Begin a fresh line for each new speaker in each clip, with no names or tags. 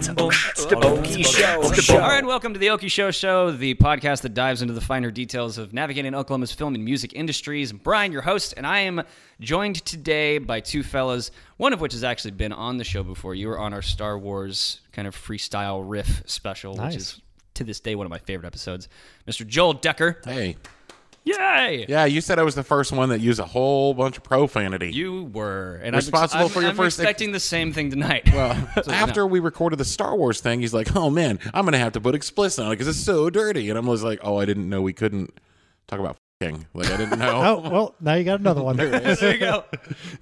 Okie Show.
All right, welcome to the Okie Show Show, the podcast that dives into the finer details of navigating Oklahoma's film and music industries. I'm Brian, your host, and I am joined today by two fellas, one of which has actually been on the show before. You were on our Star Wars kind of freestyle riff special,
Nice.
which is to this day one of my favorite episodes. Mr. Joel Decker.
Hey,
Yay!
yeah, you said I was the first one that used a whole bunch of profanity.
You were and
Responsible
I'm,
for your
I'm
first ex-
expecting the same thing tonight.
Uh, After we recorded the Star Wars thing, he's like, "Oh man, I'm gonna have to put explicit on it because it's so dirty." And I'm always like, "Oh, I didn't know we couldn't talk about fing. Like I didn't know."
Oh well, now you got another one.
there you go.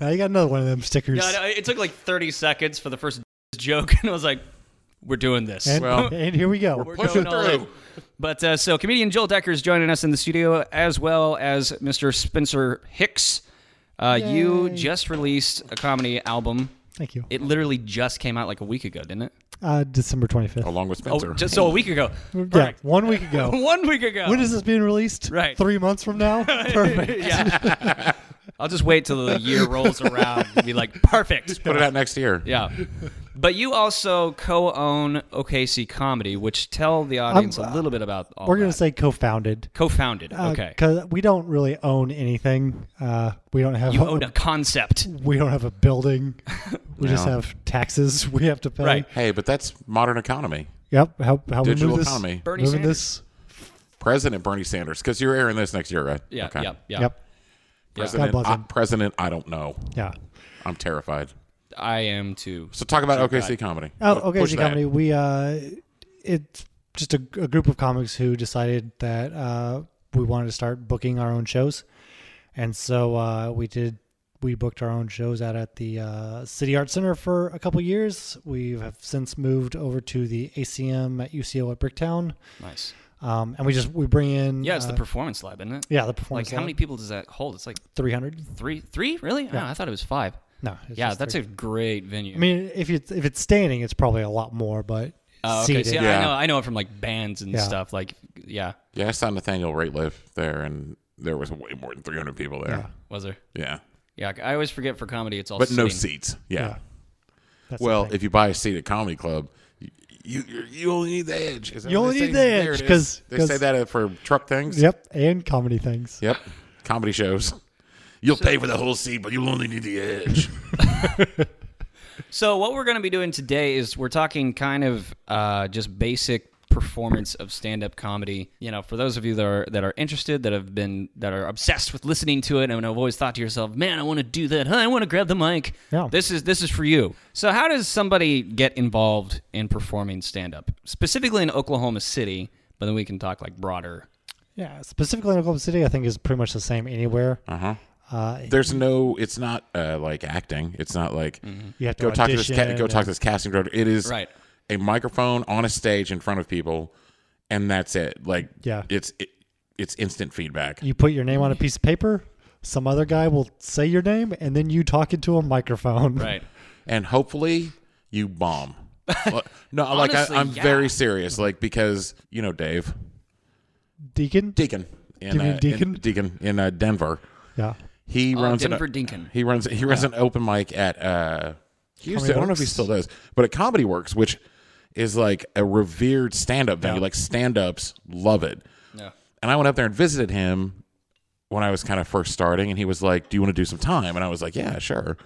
now you got another one of them stickers.
Yeah, I know, it took like 30 seconds for the first joke, and I was like, "We're doing this."
and,
Well-
and here we go.
We're
Pushing
going all
through.
in. But uh, so comedian Joel Decker is joining us in the studio, as well as Mr. Spencer Hicks. Uh, you just released a comedy album.
Thank you.
It literally just came out like a week ago, didn't it?
Uh, December twenty fifth.
Along with
Oh,
Spencer,
just so a week ago.
Yeah,
Perfect.
one week ago.
One week ago.
when is this being released?
Right.
Three months from now. Perfect.
yeah. I'll just wait till the year rolls around and be like, perfect.
put it out next year.
Yeah. But you also co own OKC Comedy, which tell the audience a little bit about all
We're gonna
that.
say co-founded.
co founded.
Uh,
okay.
Because we don't really own anything. Uh, we don't have.
You
a,
own a concept.
we don't have a building. We just
No.
have taxes we have to pay.
Right.
Hey, but that's modern economy.
Yep. How how we
Digital
move this?
economy.
Bernie
moving
Sanders.
this.
President Bernie Sanders, because you're airing this next year, right?
Yeah,
Okay.
yeah, yeah.
Yep. God
President,
bless
I,
him.
President, I don't know.
Yeah.
I'm terrified.
I am too.
So talk about OKC comedy.
Oh,
Push
okay. It's a
that.
comedy. We uh, it's just a, a group of comics who decided that uh, we wanted to start booking our own shows, and so uh, we did. We booked our own shows out at the uh, City Art Center for a couple years. We have since moved over to the ACM at UCO at Bricktown,
Nice.
um, and we just we bring in
Yeah, it's
uh,
the performance lab, isn't it?
yeah the
Like,
performance
how many people does that hold? It's like
three hundred
three, three, really? Yeah. I thought it was five.
no it's
yeah,
just
that's
300.
a great venue.
I mean if it's if it's standing it's probably a lot more but
oh, okay. See,
seated.
I
Yeah.
know, I know it from like bands and
Yeah.
stuff. Like, yeah,
Yeah, I saw Nathaniel Rateliff there, and there was way more than 300 people there.
was there?
Yeah,
Yeah, I always forget for comedy, it's all.
but no
sitting.
seats. Yeah.
Yeah. That's the
well,
thing.
if you buy a seat at Comedy Club, you you, you only need the edge. Is that
You
what
only
they
need
say?
the
There
edge,
it is.
'cause-
they
'cause-
say that for truck things.
yep and comedy things
Yep. Comedy shows. You'll pay for the whole seat, but you'll only need the edge.
So what we're going to be doing today is we're talking kind of uh, just basic performance of stand-up comedy. You know, for those of you that are that are interested, that have been that are obsessed with listening to it, and have always thought to yourself, "Man, I want to do that. Huh, I want to grab the mic."
Yeah.
This is this is for you. So how does somebody get involved in performing stand-up, specifically in Oklahoma City? But then we can talk like broader.
Yeah, specifically in Oklahoma City, I think is pretty much the same anywhere.
Uh, There's no. It's not uh, like acting. It's not like
You have to
go talk to this ca-
audition
go talk
and-
to this casting director. It is
Right.
a microphone on a stage in front of people, and that's it. Like
Yeah.
it's it, it's instant feedback.
You put your name on a piece of paper. Some other guy will say your name, and then you talk into a microphone.
Right.
and hopefully you bomb. Well, no, like
Honestly,
I, I'm
yeah.
very serious, like because you know Dave
Deacon.
Deacon in,
Give me
uh,
Deacon? Oh,
in Deacon in uh, Denver.
yeah.
He runs
Denver
an,
Deacon.
He runs he runs an open mic at uh, he used
Comedy
to, I don't know if he
Works?
still does, but at Comedy Works, which is like a revered stand up venue. Like stand ups love it.
Yeah.
And I went up there and visited him when I was kind of first starting, and he was like, "Do you want to do some time?" And I was like, "Yeah, sure."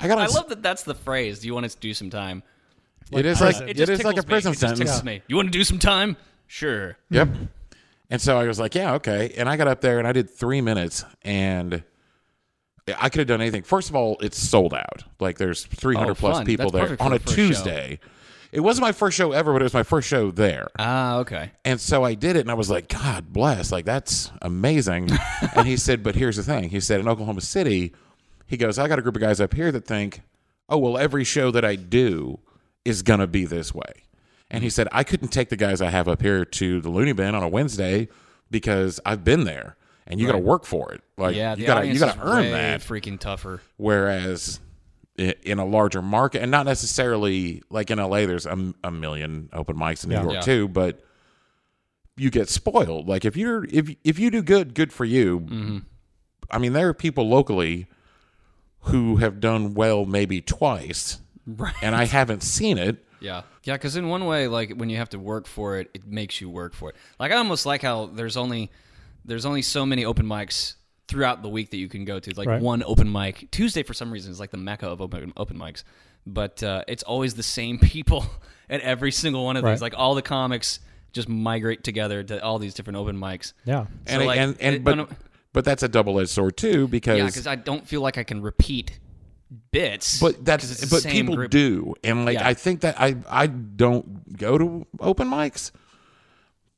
I got. on
I
s-
love that. That's the phrase. Do you want us to do some time?
it is like
Prison.
it
just
is like a
tickles me.
prison
It just
sentence.
tickles me. You want to do some time? Sure.
Yep. And so I was like, yeah, okay. And I got up there and I did three minutes and I could have done anything. First of all, it's sold out. Like there's 300
Oh,
plus
fun.
people
That's
there
perfect for
on a
the first show.
Tuesday. It wasn't my first show ever, but it was my first show there.
Ah, okay.
And so I did it and I was like, God bless. Like that's amazing. and he said, but here's the thing. He said, in Oklahoma City, he goes, I got a group of guys up here that think, oh, well, every show that I do is going to be this way. And he said, I couldn't take the guys I have up here to the Looney Bin on a Wednesday because I've been there and you got to work for it. Like
Yeah, the
you got to you
audience
got to
is
earn
way
that.
Freaking tougher.
Whereas i- in a larger market, and not necessarily like in LA, there's a, m- a million open mics in New
Yeah.
York
Yeah.
too, but you get spoiled. Like
Mm-hmm.
if you're if if you do good, good for you. I mean, there are people locally who have done well maybe twice,
Right.
and I haven't seen it.
Yeah. Yeah, because in one way, like when you have to work for it, it makes you work for it. Like I almost like how there's only there's only so many open mics throughout the week that you can go to. Like
Right.
one open mic Tuesday for some reason is like the mecca of open open mics, but uh, it's always the same people at every single one of these.
Right.
Like all the comics just migrate together to all these different open mics.
Yeah.
So,
And I-
like,
and, and
it-
but but that's a double edged sword too
yeah,
because
because I don't feel like I can repeat bits.
but
'cause
that's
it's the
but
same
people
group.
do and like
Yeah.
I think that I I don't go to open mics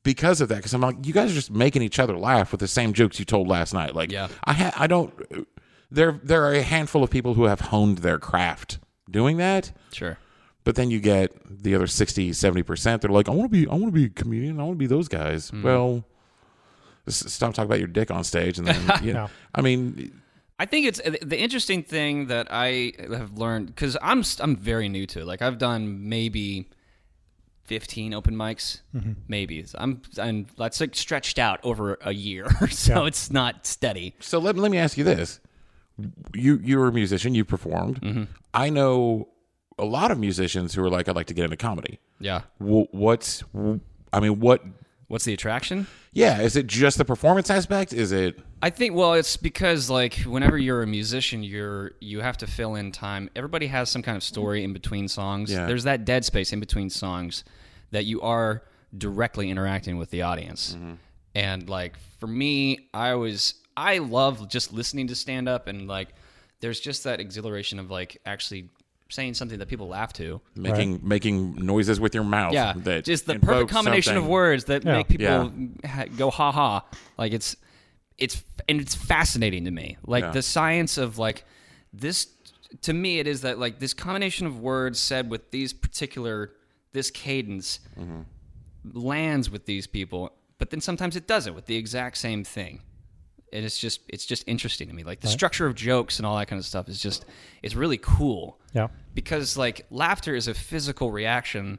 because of that because I'm like you guys are just making each other laugh with the same jokes you told last night like
Yeah.
I ha- I don't there there are a handful of people who have honed their craft doing that
Sure.
But then you get the other 60, 70%. They're like, I want to be, I want to be a comedian. I want to be those guys.
Hmm.
Well, s- stop talking about your dick on stage. And then, you know,
No.
I mean,
I think it's uh, the interesting thing that I have learned because I'm st- I'm very new to it. Like I've done maybe fifteen open mics, maybe. So I'm I'm that's like stretched out over a year, so it's not steady.
so let, let me ask you this. You, you're a musician, you performed.
Mm-hmm.
I know a lot of musicians who are like, I'd like to get into comedy.
Yeah.
Wh- What's, I mean, what,
What's the attraction?
yeah, is it just the performance aspect? Is it,
I think well, it's because like whenever you're a musician, you're you have to fill in time. Everybody has some kind of story in between songs.
Yeah.
There's that dead space in between songs that you are directly interacting with the audience. And like for me, I was I love just listening to stand up and like there's just that exhilaration of like actually saying something that people laugh to.
making, making noises with your mouth?
Yeah,
that
just the
invoke
perfect combination
something?
of words that make people
Yeah.
ha- go ha ha. Like it's it's and it's fascinating to me. Like
Yeah.
the science of like this to me it is that like this combination of words said with these particular this cadence
Mm-hmm.
lands with these people, but then sometimes it doesn't with the exact same thing. And it's just it's just interesting to me. Like the structure of jokes and all that kind of stuff is just it's really cool
Yeah.
because like laughter is a physical reaction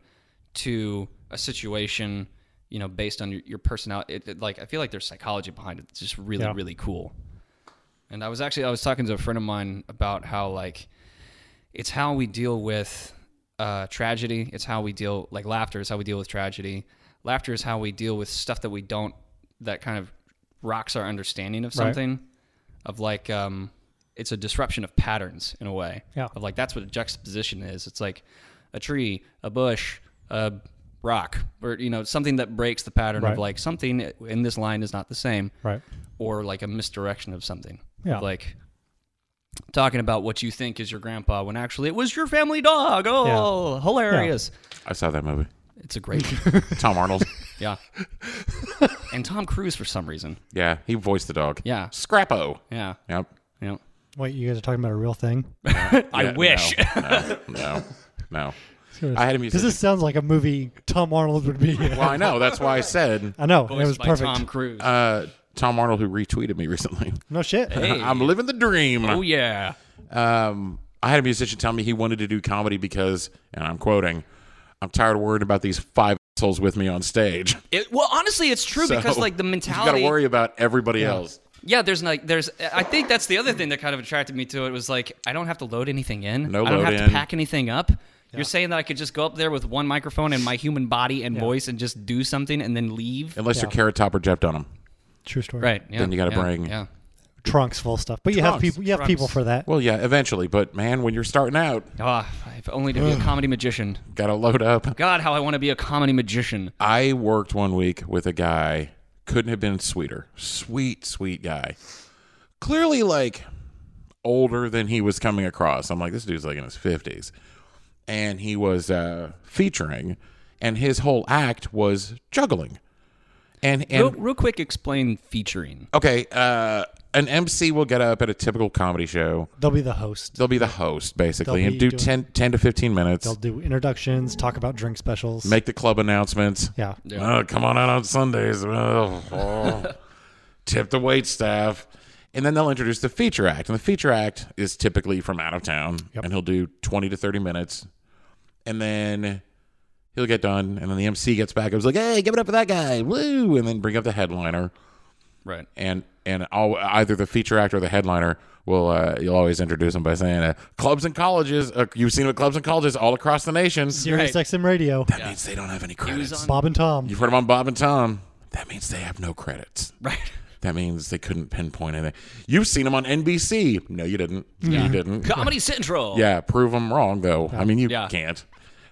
to a situation you know based on your, your personality it, it- like i feel like there's psychology behind it it's just really
Yeah.
really cool and i was actually i was talking to a friend of mine about how like it's how we deal with uh, tragedy it's how we deal like laughter is how we deal with tragedy laughter is how we deal with stuff that we don't that kind of rocks our understanding of
Right.
something of like um it's a disruption of patterns in a way
Yeah.
of like that's what a juxtaposition is it's like a tree a bush a rock or you know something that breaks the pattern of
Right.
like something in this line is not the same
Right.
or like a misdirection of something
Yeah.
like talking about what you think is your grandpa when actually it was your family dog oh hilarious
I saw that movie.
it's a great
Tom Arnold.
yeah and tom cruise for some reason
Yeah, he voiced the dog.
yeah
Scrappo.
yeah
Yep.
yeah
Wait, you guys are talking about a real thing?
i
Yeah,
wish
No, no, no. no. I had a
Because
musician.
this sounds like a movie Tom Arnold would be. in.
well, I know. That's why I said
I know. it was
voiced by
perfect.
Tom Cruise.
uh, Tom Arnold, who retweeted me recently.
No shit.
Hey.
I'm living the dream.
oh yeah.
Um, I had a musician tell me he wanted to do comedy because, and I'm quoting, I'm tired of worrying about these five assholes with me on stage.
It, well, honestly, it's true because
So,
like the
You got
mentality.
to worry about everybody else.
Yeah, there's like there's. I think that's the other thing that kind of attracted me to it was like I don't have to load anything in.
No
I don't
load
have to
in.
pack anything up. You're saying that I could just go up there with one microphone and my human body and voice and just do something and then leave.
Unless you're Carrot Top or Jeff Dunham.
True story.
Right. Yeah.
Then you gotta
yeah,
bring-
Yeah.
Trunks full of stuff. But you have
Trunks.
people. You have
Trunks.
people for that.
Well, yeah, eventually. But man, when you're starting out,
Ah, if only to be a comedy magician.
got to load up.
God, how I want to be a comedy magician.
I worked one week with a guy, couldn't have been sweeter. Sweet, sweet guy. Clearly, like, older than he was coming across. I'm like, this dude's like in his 50s. And he was uh, featuring, and his whole act was juggling. And, and
Real, real quick, explain featuring.
okay, uh, an MC will get up at a typical comedy show.
They'll be the host.
They'll be the host, basically,
They'll
and
be
do
doing-
10, 10 to 15 minutes,
They'll do introductions. Talk about drink specials.
make the club announcements.
yeah.
Yeah.
Oh, come on out on Sundays. Oh, oh. Tip the wait staff. And then they'll introduce the feature act. And the feature act is typically from out of town. And he'll do 20 to 30 minutes. And then he'll get done. And then the MC gets back. I was like, hey, give it up for that guy. Woo. And then bring up the headliner.
Right.
and and all, either the feature actor or the headliner will uh, you'll always introduce them by saying uh, clubs and colleges. Uh, you've seen what clubs and colleges all across the nation.
Sirius XM Radio.
That means they don't have any
He was
credits.
on-
Bob and Tom.
You've heard them on Bob and Tom. That means they have no credits.
Right.
That means they couldn't pinpoint anything. You've seen them on NBC. No, you didn't. You didn't.
Comedy Central.
Yeah, prove them wrong though. I mean, you
Yeah.
can't.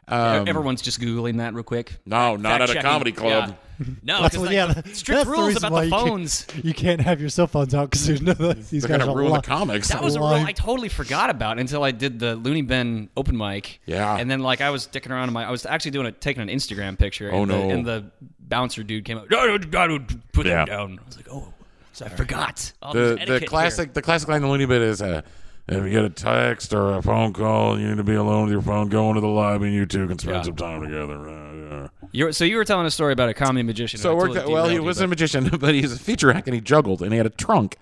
um,
Everyone's just googling that real quick.
No, not at a
Fact-checking.
comedy club.
Yeah. No,
That's
'cause,
what-
like,
yeah,
the strict
that's the
rules
reason
about
why
the
you can't-
phones.
You can't have your cell phones out because you know that these
They're
guys
gonna
are
ruin the
li-
comics.
That was a rule
Why?
I totally forgot about until I did the Looney Bin open mic.
Yeah.
And then like I was dicking around in my I was actually doing a taking an Instagram picture.
Oh,
and
no.
The, and the bouncer dude came up. "No, no, no, no, Put
Yeah.
that down. I was like, oh, so I forgot. all this
the
etiquette
the
here.
classic the classic line in the Looney Bin is uh, if you get a text or a phone call, you need to be alone with your phone. Go into the lobby, and you two can spend
Yeah.
some time together. Uh, yeah.
You were- so you were telling a story about a comedy magician.
So it worked out. Well, he was a magician, but he was a feature act, and he juggled, and he had a trunk,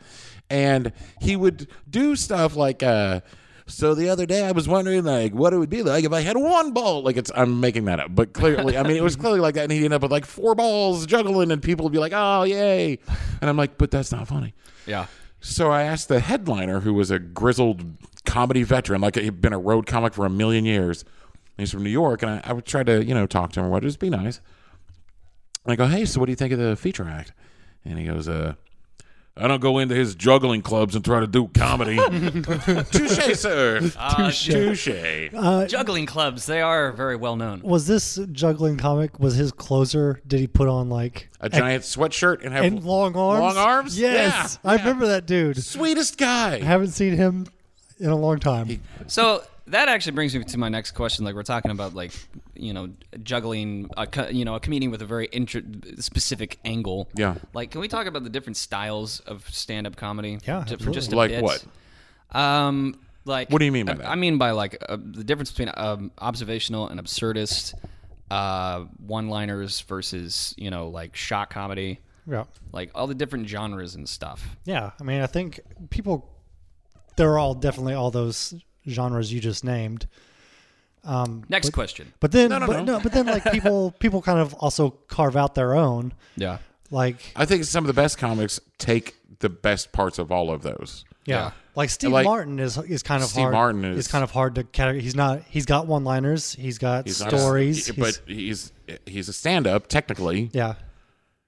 and he would do stuff like. uh so the other day, I was wondering, like, what it would be like if I had one ball. Like, it's I'm making that up, but clearly, I mean, it was clearly like that, and he'd end up with like four balls juggling, and people would be like, "Oh, yay!" And I'm like, "But that's not funny."
yeah.
So I asked the headliner, who was a grizzled comedy veteran, like he'd been a road comic for a million years. He's from New York, and I, I would try to, you know, talk to him or what, just be nice. And I go, hey, so what do you think of the feature act? And he goes, uh, I don't go into his juggling clubs and try to do comedy. Touche, sir.
Uh,
Touche.
Uh,
Juggling clubs, they are very well known.
Was this juggling comic? Was his closer? Did he put on like
A giant sweatshirt and have
and long arms?
Long arms?
Yes,
Yeah.
I remember that dude.
Sweetest
I
guy.
haven't seen him in a long time.
So that actually brings me to my next question. Like we're talking about, like you know, juggling, a, co- you know, a comedian with a very intro- specific angle.
Yeah.
Like, can we talk about the different styles of stand-up comedy?
Yeah,
Ju- for just a
Like
bit?
what?
Um, like
What do you mean by
I-
that?
I mean by like uh, the difference between um, observational and absurdist uh, one-liners versus you know like shock comedy,
Yeah,
like all the different genres and stuff.
yeah. I mean, I think people they're all definitely all those genres you just named.
Next question.
But then,
no,
but,
no.
but then like people people kind of also carve out their own.
Yeah.
Like
I think some of the best comics take the best parts of all of those.
Yeah.
Yeah.
Like Steve
Like-
Martin is is kind of
Steve
hard.
Martin is-
kind of hard to categ- he's not he's got one liners, he's got
He's not a-
stories,
he-
he's-
but he's he's a stand-up technically.
yeah.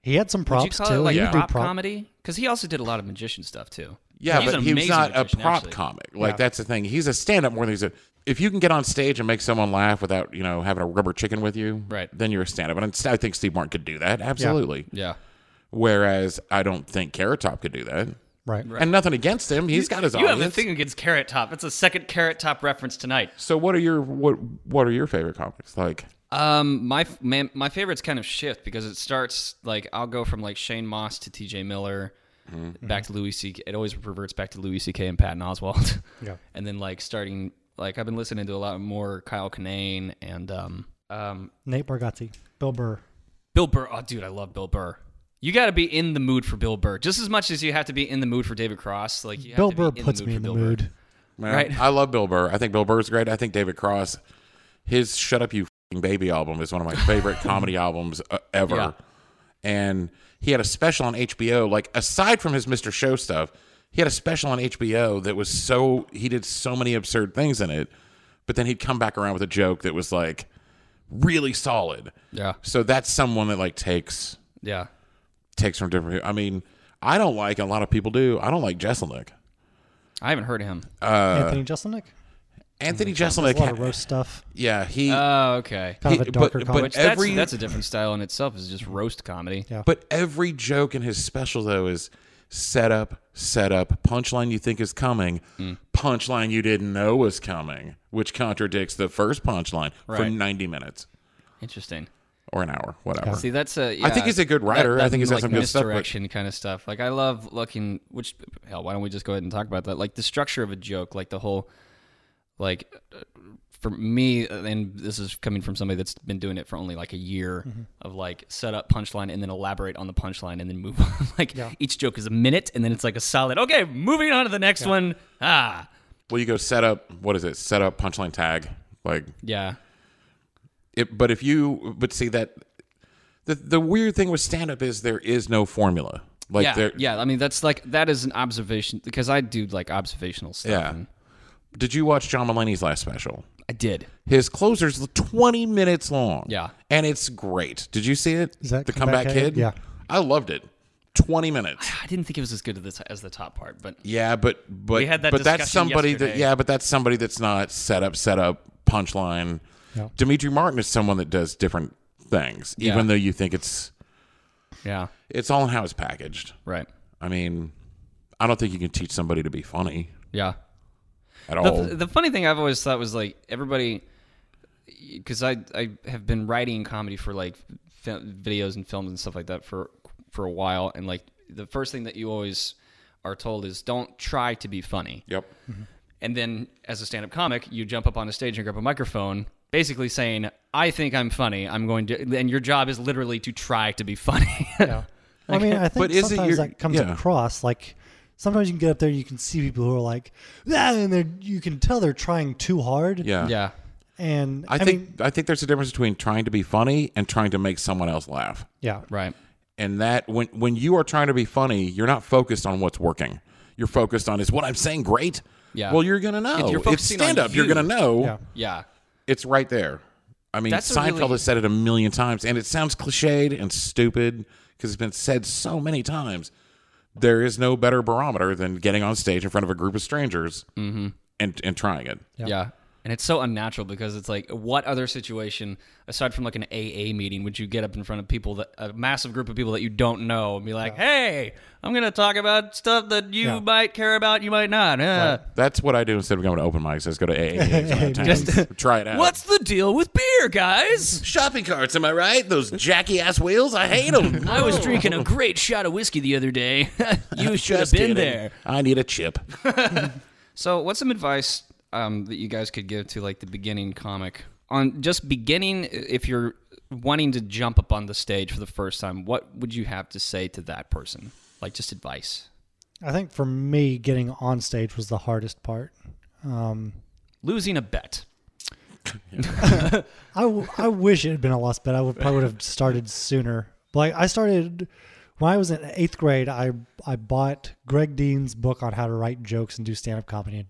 He had some
Would you
props
call
too.
it like
He would do
prop,
prop-
comedy? Because he also did a lot of magician stuff too.
Yeah,
He's
but
an
he's
amazing
not a
magician,
prop
actually.
comic. Like
Yeah.
that's the thing. He's a stand-up more than he's a. If you can get on stage and make someone laugh without you know having a rubber chicken with you,
Right.
Then you're a stand-up, and I think Steve Martin could do that absolutely.
Yeah.
Whereas I don't think Carrot Top could do that.
Right.
And nothing against him. He's got his
You
audience.
have a thing against Carrot Top. It's a second Carrot Top reference tonight.
So what are your what what are your favorite comics like?
Um, my f- man, my favorites kind of shift because it starts like I'll go from like Shane Moss to T.J. Miller,
Mm-hmm.
back to Louis C.K. It always reverts back to Louis C.K. and Patton Oswald.
Yeah.
And then like starting like I've been listening to a lot more Kyle Kinane and um um
Nate Bargatze, Bill Burr.
Bill Burr. Oh, dude, I love Bill Burr. You got to be in the mood for Bill Burr just as much as you have to be in the mood for David Cross. Like you have
Bill
to be
Burr
in
puts me
for
in the
Bill Burr.
mood.
Man,
Right.
I love Bill Burr. I think Bill Burr's great. I think David Cross, his "Shut Up You F***ing Baby" album is one of my favorite comedy albums uh, ever.
Yeah.
And he had a special on HBO. Like aside from his Mr. Show stuff, he had a special on HBO that was so he did so many absurd things in it. But then he'd come back around with a joke that was like really solid.
Yeah.
So that's someone that like takes
Yeah.
takes from different. people. I mean, I don't like and a lot of people do. I don't like Jesselnick.
I haven't heard of him.
Uh,
Anthony Jeselnik.
Anthony
Mm, A lot of
Jeselnik.
roast stuff.
Yeah, he.
Oh, okay.
Kind of
He-
a darker
but- but
comic.
Which that's,
every-
that's a different style in itself. Is just roast comedy.
Yeah.
But every joke in his special though is set up, set up, punchline you think is coming,
Mm.
punchline you didn't know was coming, which contradicts the first punchline for
Right.
90 minutes
Interesting.
or an hour, whatever.
See, that's a.
I think
yeah,
he's a good writer. I think he's got
like,
some good stuff, but-
Misdirection kind of stuff. Like I love looking. Which hell, why don't we just go ahead and talk about that? Like the structure of a joke, like the whole, like uh, for me, and this is coming from somebody that's been doing it for only like a year
Mm-hmm.
of like set up punchline and then elaborate on the punchline and then move on. like each joke is a minute and then it's like a solid. Okay, moving on to the next one. Ah,
Well, you go set up, what is it? Set up, punchline tag. Like
yeah,
it but if you but see that the the weird thing with stand up is there is no formula. Like
yeah,
they're
yeah. I mean, that's like that is an observation because I do like observational stuff.
Yeah.
and
Did you watch John Mulaney's last special?
I did.
His closer's 20 minutes long.
Yeah.
And it's great. Did you see it?
Is that
The
Comeback
Comeback,
Kid?
Kid?
Yeah.
I loved it. 20 minutes.
I didn't think it was as good as the, t- as the top part, but
Yeah, but but
We had that
but that's
discussion
somebody that
yesterday.
yeah, but that's somebody that's not set up set up punchline.
No.
Dimitri Martin is someone that does different things,
Yeah.
even though you think it's
yeah,
it's all in how it's packaged.
right.
I mean, I don't think you can teach somebody to be funny
Yeah.
at
The,
all.
the funny thing I've always thought was like everybody, because I I have been writing comedy for like fi- videos and films and stuff like that for for a while, and like the first thing that you always are told is don't try to be funny.
yep.
And then as a stand-up comic, you jump up on a stage and grab a microphone, basically saying, "I think I'm funny. I'm going to." And your job is literally to try to be funny.
Yeah. I mean, I think
But is it
sometimes
your-
that comes
yeah.
across like sometimes you can get up there, you can see people who are like, ah, and they're you can tell they're trying too hard.
Yeah.
yeah.
And
I,
I,
think
mean,
I think there's a difference between trying to be funny and trying to make someone else laugh.
yeah,
Right.
And that when when you are trying to be funny, you're not focused on what's working. You're focused on is what I'm saying great?
Yeah.
Well, you're gonna know.
you're
it's
focusing on
stand up. You're
you.
gonna know.
Yeah.
Yeah.
It's right there. I mean,
That's a
Seinfeld
really-
has said it a million times, and it sounds cliched and stupid because it's been said so many times. There is no better barometer than getting on stage in front of a group of strangers
Mm-hmm.
and and trying it.
Yeah. And it's so unnatural because it's like, what other situation aside from like an AA meeting would you get up in front of people that a massive group of people that you don't know and be like, "Hey, I'm going to talk about stuff that you
Yeah.
might care about, you might not." Uh,
That's what I do instead of going to open mics. I just go to AA meetings and attend. try it out.
What's the deal with beer, guys?
shopping carts? Am I right? Those jacky ass wheels. I hate them.
I was drinking a great shot of whiskey the other day. you should have
Just
been
kidding.
there.
I need a chip.
So, what's some advice um, that you guys could give to like the beginning comic on just beginning? If you're wanting to jump up on the stage for the first time, what would you have to say to that person? Like just advice.
I think for me, getting on stage was the hardest part. Um,
Losing a bet.
I, w- I wish it had been a lost bet. I would probably would have started sooner. Like I started when I was in eighth grade. I I bought Greg Dean's book on how to write jokes and do stand up comedy.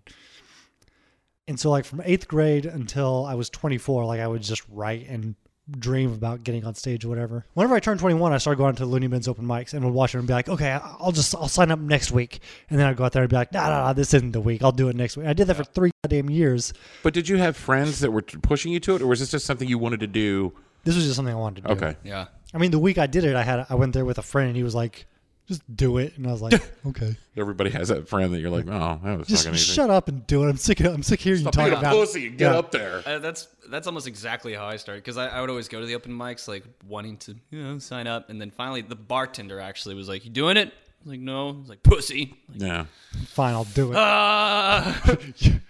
And so like from eighth grade until I was 24, like I would just write and dream about getting on stage or whatever. Whenever I turned 21, I started going to Looney Bins open mics and would watch them and be like, okay, I- I'll just, I'll sign up next week. And then I'd go out there and be like, nah, nah, nah, this isn't the week. I'll do it next week. I did that for three goddamn years.
But did you have friends that were t- pushing you to it, or was this just something you wanted to do?
This was just something I wanted to do.
Okay.
Yeah.
I mean, the week I did it, I had I went there with a friend, and he was like, "Just do it," and I was like, "Okay,
Everybody has that friend that you're like, oh, that was
just
fucking easy.
shut up and do it." I'm sick. Of, I'm sick of hearing you talk
Being a
about.
pussy and get
Yeah.
up there.
Uh, that's that's almost exactly how I started because I, I would always go to the open mics like wanting to you know sign up and then finally the bartender actually was like you doing it I was like no I was like pussy like,
Yeah.
Fine, I'll do it.
ah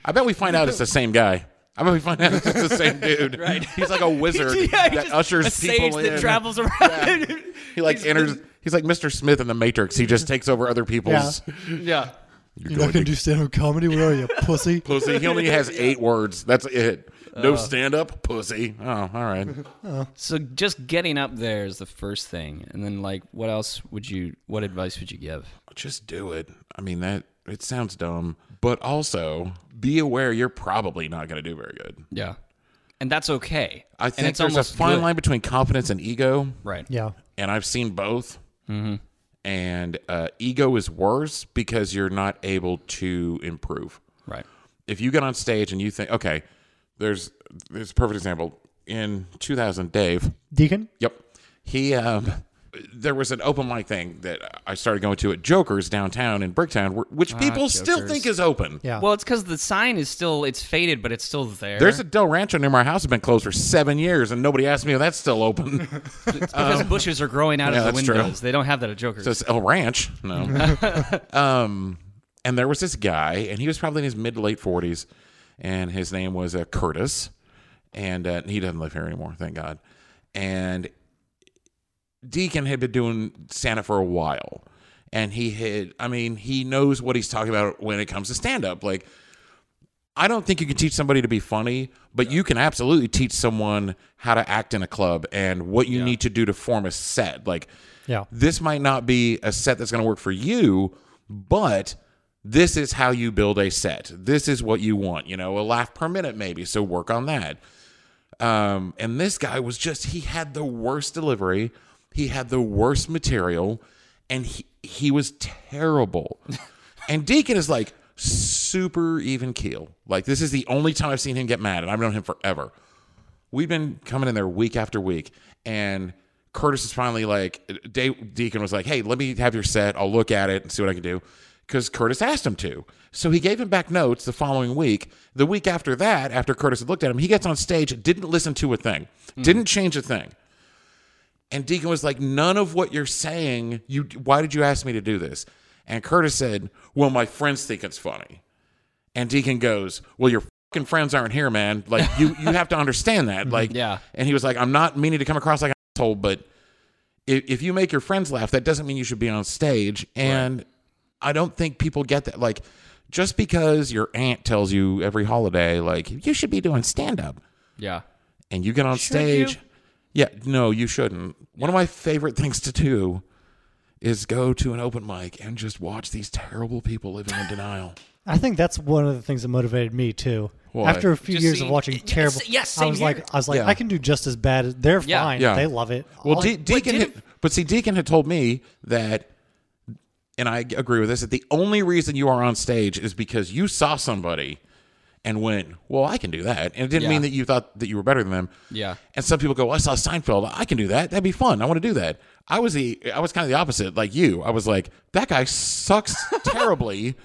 I bet we find out it's the same guy. I bet we find out it's the same dude. right. He's like a wizard
Yeah, he
that
just- a
ushers
sage
people in.
that travels around
he like enters. He's like Mr. Smith in the Matrix. He just takes over other people's.
yeah
You're not gonna do stand-up comedy. What are you, pussy?
Pussy. He only has eight words. That's it.
Uh.
No stand up, pussy. Oh, all right.
So just getting up there is the first thing, and then like, what else would you? What advice would you give?
Just do it. I mean that it sounds dumb, but also be aware you're probably not going to do very good.
Yeah, and that's okay.
I
and
think there's a fine line between confidence and ego,
right?
Yeah,
and I've seen both. And uh, ego is worse because you're not able to improve.
right,
If you get on stage and you think, okay, there's there's a perfect example in 2000, Dave.
Deacon.
Yep. He um there was an open mic thing that I started going to at Joker's downtown in Bricktown, wh- which people still
Joker's.
think is open.
Yeah.
Well, it's because the sign is still it's faded, but it's still there.
There's a Del Rancho near my house that's been closed for seven years, and nobody asked me if that's still open.
It's because bushes are growing out
um, yeah,
of the
that's true.
windows. They don't have that at Joker's.
So it's El Ranch. No. um, and there was this guy, and he was probably in his mid to late forties, and his name was uh, Curtis, and uh, he doesn't live here anymore, thank God. And Deacon had been doing Santa for a while, and he had, I mean, he knows what he's talking about when it comes to stand up, like. I don't think you can teach somebody to be funny, but you can absolutely teach someone how to act in a club and what you need to do to form a set. Like,
Yeah.
this might not be a set that's going to work for you, but this is how you build a set. This is what you want, you know, a laugh per minute maybe. So work on that. Um, and this guy was just, he had the worst delivery, he had the worst material, and he, he was terrible. and Deacon is like super even keel. Like, this is the only time I've seen him get mad, and I've known him forever we've been coming in there week after week and curtis is finally like De- deacon was like hey let me have your set i'll look at it and see what i can do because curtis asked him to so he gave him back notes the following week the week after that after curtis had looked at him he gets on stage didn't listen to a thing didn't change a thing and Deacon was like, "None of what you're saying. You why did you ask me to do this?" And Curtis said, "Well, my friends think it's funny." And Deacon goes, "Well, your fucking friends aren't here, man. Like you you have to understand that. Like
Yeah.
And he was like, "I'm not meaning to come across like an asshole, but if, if you make your friends laugh, that doesn't mean you should be on stage." And I don't think people get that. Like just because your aunt tells you every holiday, like you should be doing stand up
Yeah.
and you get on
you?
stage. Yeah, no, you shouldn't. One of my favorite things to do is go to an open mic and just watch these terrible people living in denial.
I think that's one of the things that motivated me too.
Why?
After a few
Just
years
seeing-
of watching
Yes,
terrible,
yes,
I was
same here.
like, I was like,
Yeah.
I can do just as bad. as They're
Yeah.
fine.
Yeah.
They love it.
Well,
All-
De- Deacon,
didn't-
had- but see, Deacon had told me that, and I agree with this, that the only reason you are on stage is because you saw somebody and went, Well, I can do that. And it didn't
Yeah.
mean that you thought that you were better than them.
Yeah.
And some people go, well, I saw Seinfeld. I can do that. That'd be fun. I want to do that. I was the I was kind of the opposite, like you. I was like, that guy sucks terribly.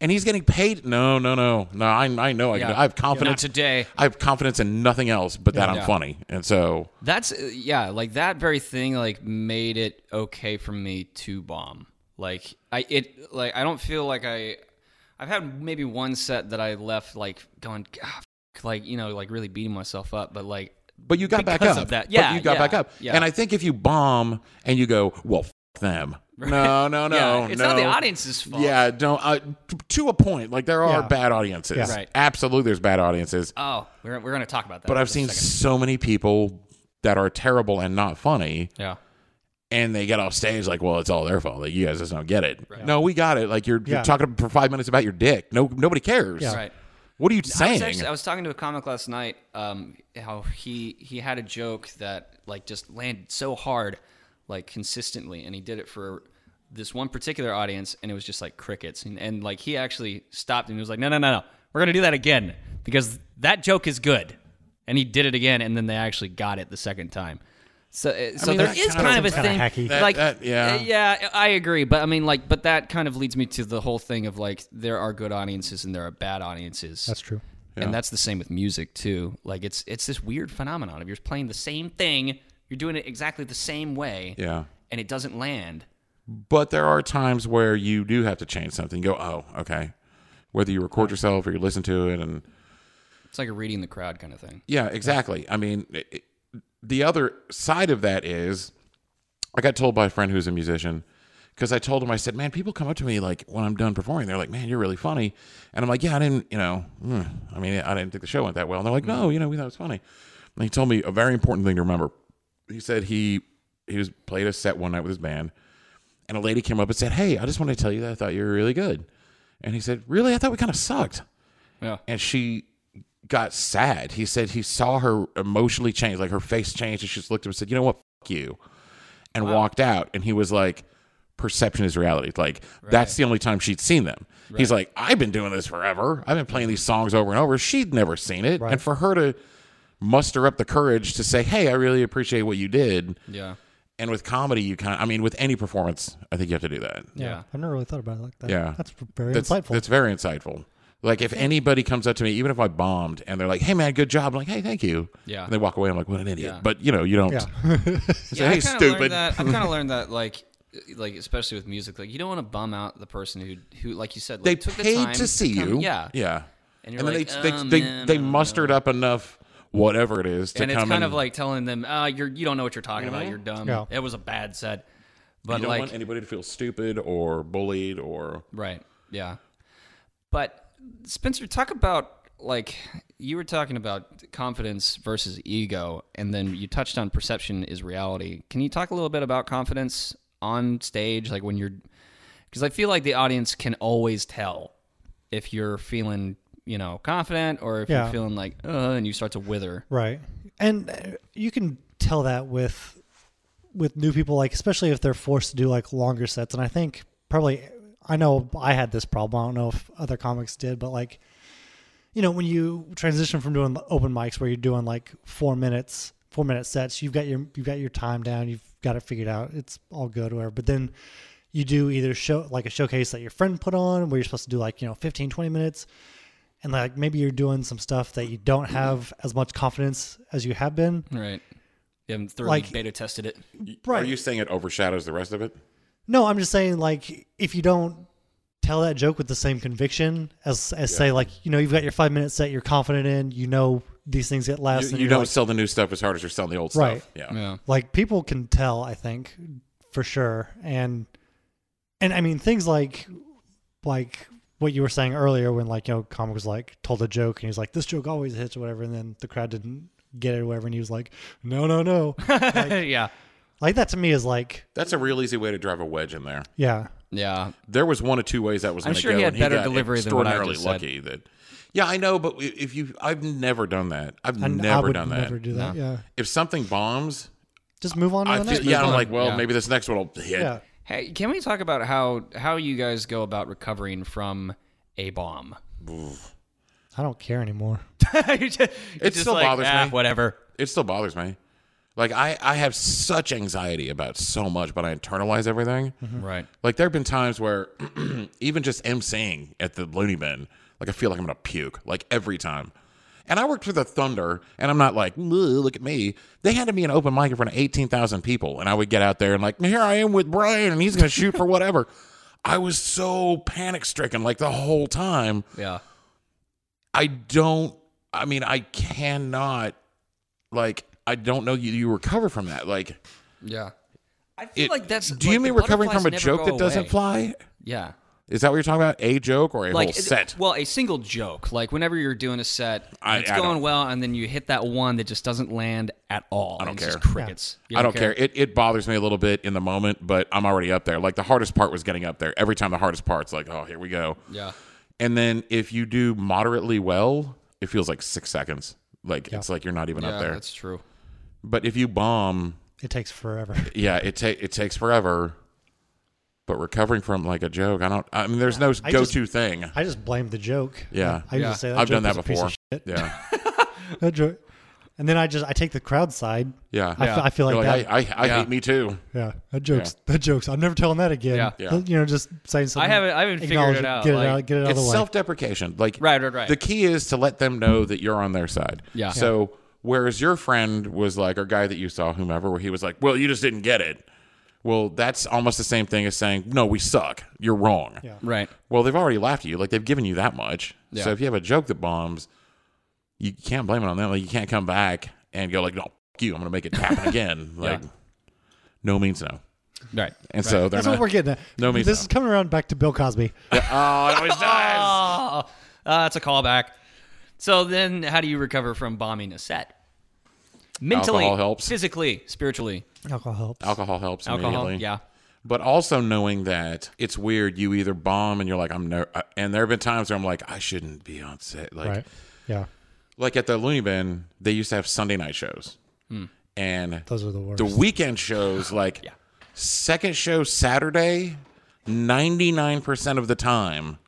And he's getting paid. No, no, no, no. I, I know. I, can
Yeah.
do- I have confidence
Not today.
I have confidence in nothing else, but that I'm
Yeah.
funny. And so,
That's uh, yeah, like that very thing like made it okay for me to bomb. Like I it like I don't feel like I I've had maybe one set that I left like going "Ah, f- like you know like really beating myself up, but like
but you got back
Because
up.
of that.
But
Yeah,
you got
yeah,
back up.
yeah.
And I think if you bomb and you go, well, f- them. No, no, no.
yeah, it's not the
no.
audience's fault.
Yeah, don't. Uh, t- to a point, like there are
Yeah.
bad audiences.
Yeah.
Right.
Absolutely, there's bad audiences.
Oh, we're we're gonna talk about that.
But
in
I've
a
seen
second.
so many people that are terrible and not funny,
Yeah.
and they get off stage like, "Well, it's all their fault. Like you guys just don't get it." No, we got it. Like you're,
Yeah.
you're talking for five minutes about your dick. No, nobody cares.
Yeah.
Right.
What are you
I was,
saying?
actually- I was talking to a comic last night. Um, how he he had a joke that like just landed so hard, like consistently, and he did it for this one particular audience, and it was just like crickets. And, and like he actually stopped and he was like, "No, no, no, no, we're gonna do that again because that joke is good." And he did it again, and then they actually got it the second time. So, uh, so
mean,
there
that
is
kinda-
kind of a
Kinda
thing,
hacky.
That-
like
that- yeah.
uh, yeah, I agree, but I mean, like, but that kind of leads me to the whole thing of like there are good audiences and there are bad audiences.
that's true.
Yeah.
And that's the same with music too. Like it's it's this weird phenomenon of you're playing the same thing, you're doing it exactly the same way,
yeah.
and it doesn't land.
But there are times where you do have to change something. You go, oh, okay. Whether you record yourself or you listen to it, and
It's like a reading the crowd kind of thing.
Yeah, exactly. I mean, it, it- the other side of that is I got told by a friend who's a musician because I told him, I said, man, people come up to me like when I'm done performing, they're like, man, you're really funny. And I'm like, yeah, I didn't, you know, mm, I mean, I didn't think the show went that well. And they're like, no, you know, we thought it was funny. And he told me a very important thing to remember. He said he he was played a set one night with his band and a lady came up and said, hey, I just wanted to tell you that I thought you were really good. And he said, really? I thought we kind of sucked
Yeah.
and she got sad. He said he saw her emotionally change, like her face changed, and she just looked at him and said, "You know what? Fuck you," and walked out. And he was like, "Perception is reality." Like that's the only time she'd seen them. He's like, "I've been doing this forever. I've been playing these songs over and over. She'd never seen it." And for her to muster up the courage to say, "Hey, I really appreciate what you did,"
Yeah.
and with comedy, you kind of, I mean, with any performance, I think you have to do that.
Yeah.
Yeah.
I've never really thought about it like that.
Yeah.
That's very
That's
insightful.
That's very insightful. Like if anybody comes up to me, even if I bombed, and they're like, "Hey man, good job," I'm like, "Hey, thank you."
Yeah.
And they walk away. I'm like, "What an idiot!"
Yeah.
But you know, you don't.
yeah.
Say, hey, stupid.
I've kind of learned that, like, like especially with music, like you don't want to bum out the person who, who, like you said,
They
like, took the
paid
time
to see
come-
you.
Yeah,
Yeah.
And
And,
you're
then
like,
they,
"Oh,
they,
man,
they
I
they
don't
mustered up enough whatever it is to
and it's
come
kind
and
of like telling them, uh, you're you don't know what you're talking about. You're dumb.
Yeah.
It was a bad set,
you
but
don't
like
want anybody to feel stupid or bullied or
Right. Yeah. But Spencer, talk about like you were talking about confidence versus ego, and then you touched on perception is reality. Can you talk a little bit about confidence on stage, like when you're? Because I feel like the audience can always tell if you're feeling, you know, confident or if
Yeah.
you're feeling like, uh, and you start to wither.
Right. And uh, you can tell that with with new people like especially if they're forced to do like longer sets and I think probably I know I had this problem. I don't know if other comics did, but like you know, when you transition from doing open mics where you're doing like 4 minutes, 4 minute sets, you've got your you've got your time down, you've got it figured out. It's all good or whatever. But then you do either show like a showcase that your friend put on where you're supposed to do like, you know, 15 20 minutes and like maybe you're doing some stuff that you don't have as much confidence as you have been.
Right. You haven't thoroughly
Like-
beta tested it.
Are
Right.
you saying it overshadows the rest of it?
No, I'm just saying like if you don't tell that joke with the same conviction as as say like you know you've got your five minute set you're confident in you know these things get less
You,
and
you
you're
don't
like,
sell the new stuff as hard as you're selling the old
Right.
stuff. Yeah.
Yeah.
like people can tell i think for sure and and i mean things like like what you were saying earlier when like you know comic was like told a joke and he's like this joke always hits or whatever and then the crowd didn't get it or whatever and he was like no no no
yeah.
like that to me is like
That's a real easy way to drive a wedge in there.
yeah
Yeah.
There was one of two ways that was
I'm
going to
sure
go.
he had
and
better
got
delivery than what I
extraordinarily
just said.
lucky that. Yeah, I know, but if you, I've never done that. I've
And I
never
would
done that.
Never do that. Yeah.
If something bombs,
Just move on to
I
the
feel,
next.
yeah, I'm
on.
like, well,
Yeah.
maybe this next one will hit.
yeah.
Hey, can we talk about how how you guys go about recovering from a bomb?
I don't care anymore.
You ju- you're just
still bothers
"Ah,
me."
Whatever.
It still bothers me. Like I, I have such anxiety about so much, but I internalize everything.
Right.
Like there have been times where even just emceeing at the loony bin, like I feel like I'm gonna puke, like every time. And I worked for the Thunder, and I'm not like, "Ugh, look at me. They handed me an open mic in front of 18,000 people, and I would get out there and like, here I am with Brian, and he's gonna shoot for whatever. I was so panic stricken like the whole time.
Yeah.
I don't. I mean, I cannot. Like, I don't know you. You recover from that. Like,
Yeah. I feel
it-
like that's.
Do you
like, the
mean recovering
butterflies
from a
never
joke
go
that doesn't
away.
fly?
Yeah.
Is that what you're talking about? A joke or a
Like
whole
it-
set?
Well, a single joke. Like whenever you're doing a set,
I-
it's
I
going
don't-
well, and then you hit that one that just doesn't land at all. I
don't
It's just
care.
crickets. You
I don't care. It it bothers me a little bit in the moment, but I'm already up there. Like the hardest part was getting up there. Every time the hardest part's like, oh, here we go.
Yeah.
And then if you do moderately well, it feels like six seconds. Like it's like you're not even
Yeah,
up there.
that's true.
But if you bomb,
It takes forever.
yeah, it ta- it takes forever. But recovering from like a joke, I don't. I mean, there's no
I
go to thing.
I just blame the joke.
Yeah.
I used
Yeah.
to say that
I've
joke
done that
was a piece
before.
of shit.
Yeah,
That joke. And then I just I take the crowd side.
yeah.
I, fe- I feel like,
You're
that.
like, I, I, I
Yeah.
hate me too.
yeah. That joke's that joke's. I'm never telling that again.
Yeah.
Yeah.
You know, just saying something.
haven't- I haven't figured
acknowledge
it out,
Get it
like-
out. Get it out of
It's
the way.
self-deprecation. Like
Right, right, right.
The key is to let them know that you're on their side.
Yeah.
So whereas your friend was like, or guy that you saw, whomever, where he was like, "Well, you just didn't get it." Well, that's almost the same thing as saying, "No, we suck. You're wrong."
Yeah.
Right.
Well, they've already laughed at you. Like they've given you that much.
Yeah.
So if you have a joke that bombs, you can't blame it on them. Like you can't come back and go like, "No, f- you. I'm going to make it happen again." Like, no means no.
Right.
And so they're
That's
not.
what we're getting at.
No, me
This
so.
is coming around back to Bill Cosby.
oh, it always
Oh,
does.
that's a callback. So then, how do you recover from bombing a set? Mentally,
Alcohol helps.
Physically, spiritually,
Alcohol helps.
Alcohol helps
alcohol.
immediately.
Yeah,
but also knowing that it's weird. You either bomb and you're like, I'm no, and there have been times where I'm like, I shouldn't be on set. Like,
Right. Yeah.
like at the Looney Bin, they used to have Sunday night shows, and
Hmm. Those are the worst.
the weekend shows, like second show Saturday, ninety nine percent of the time,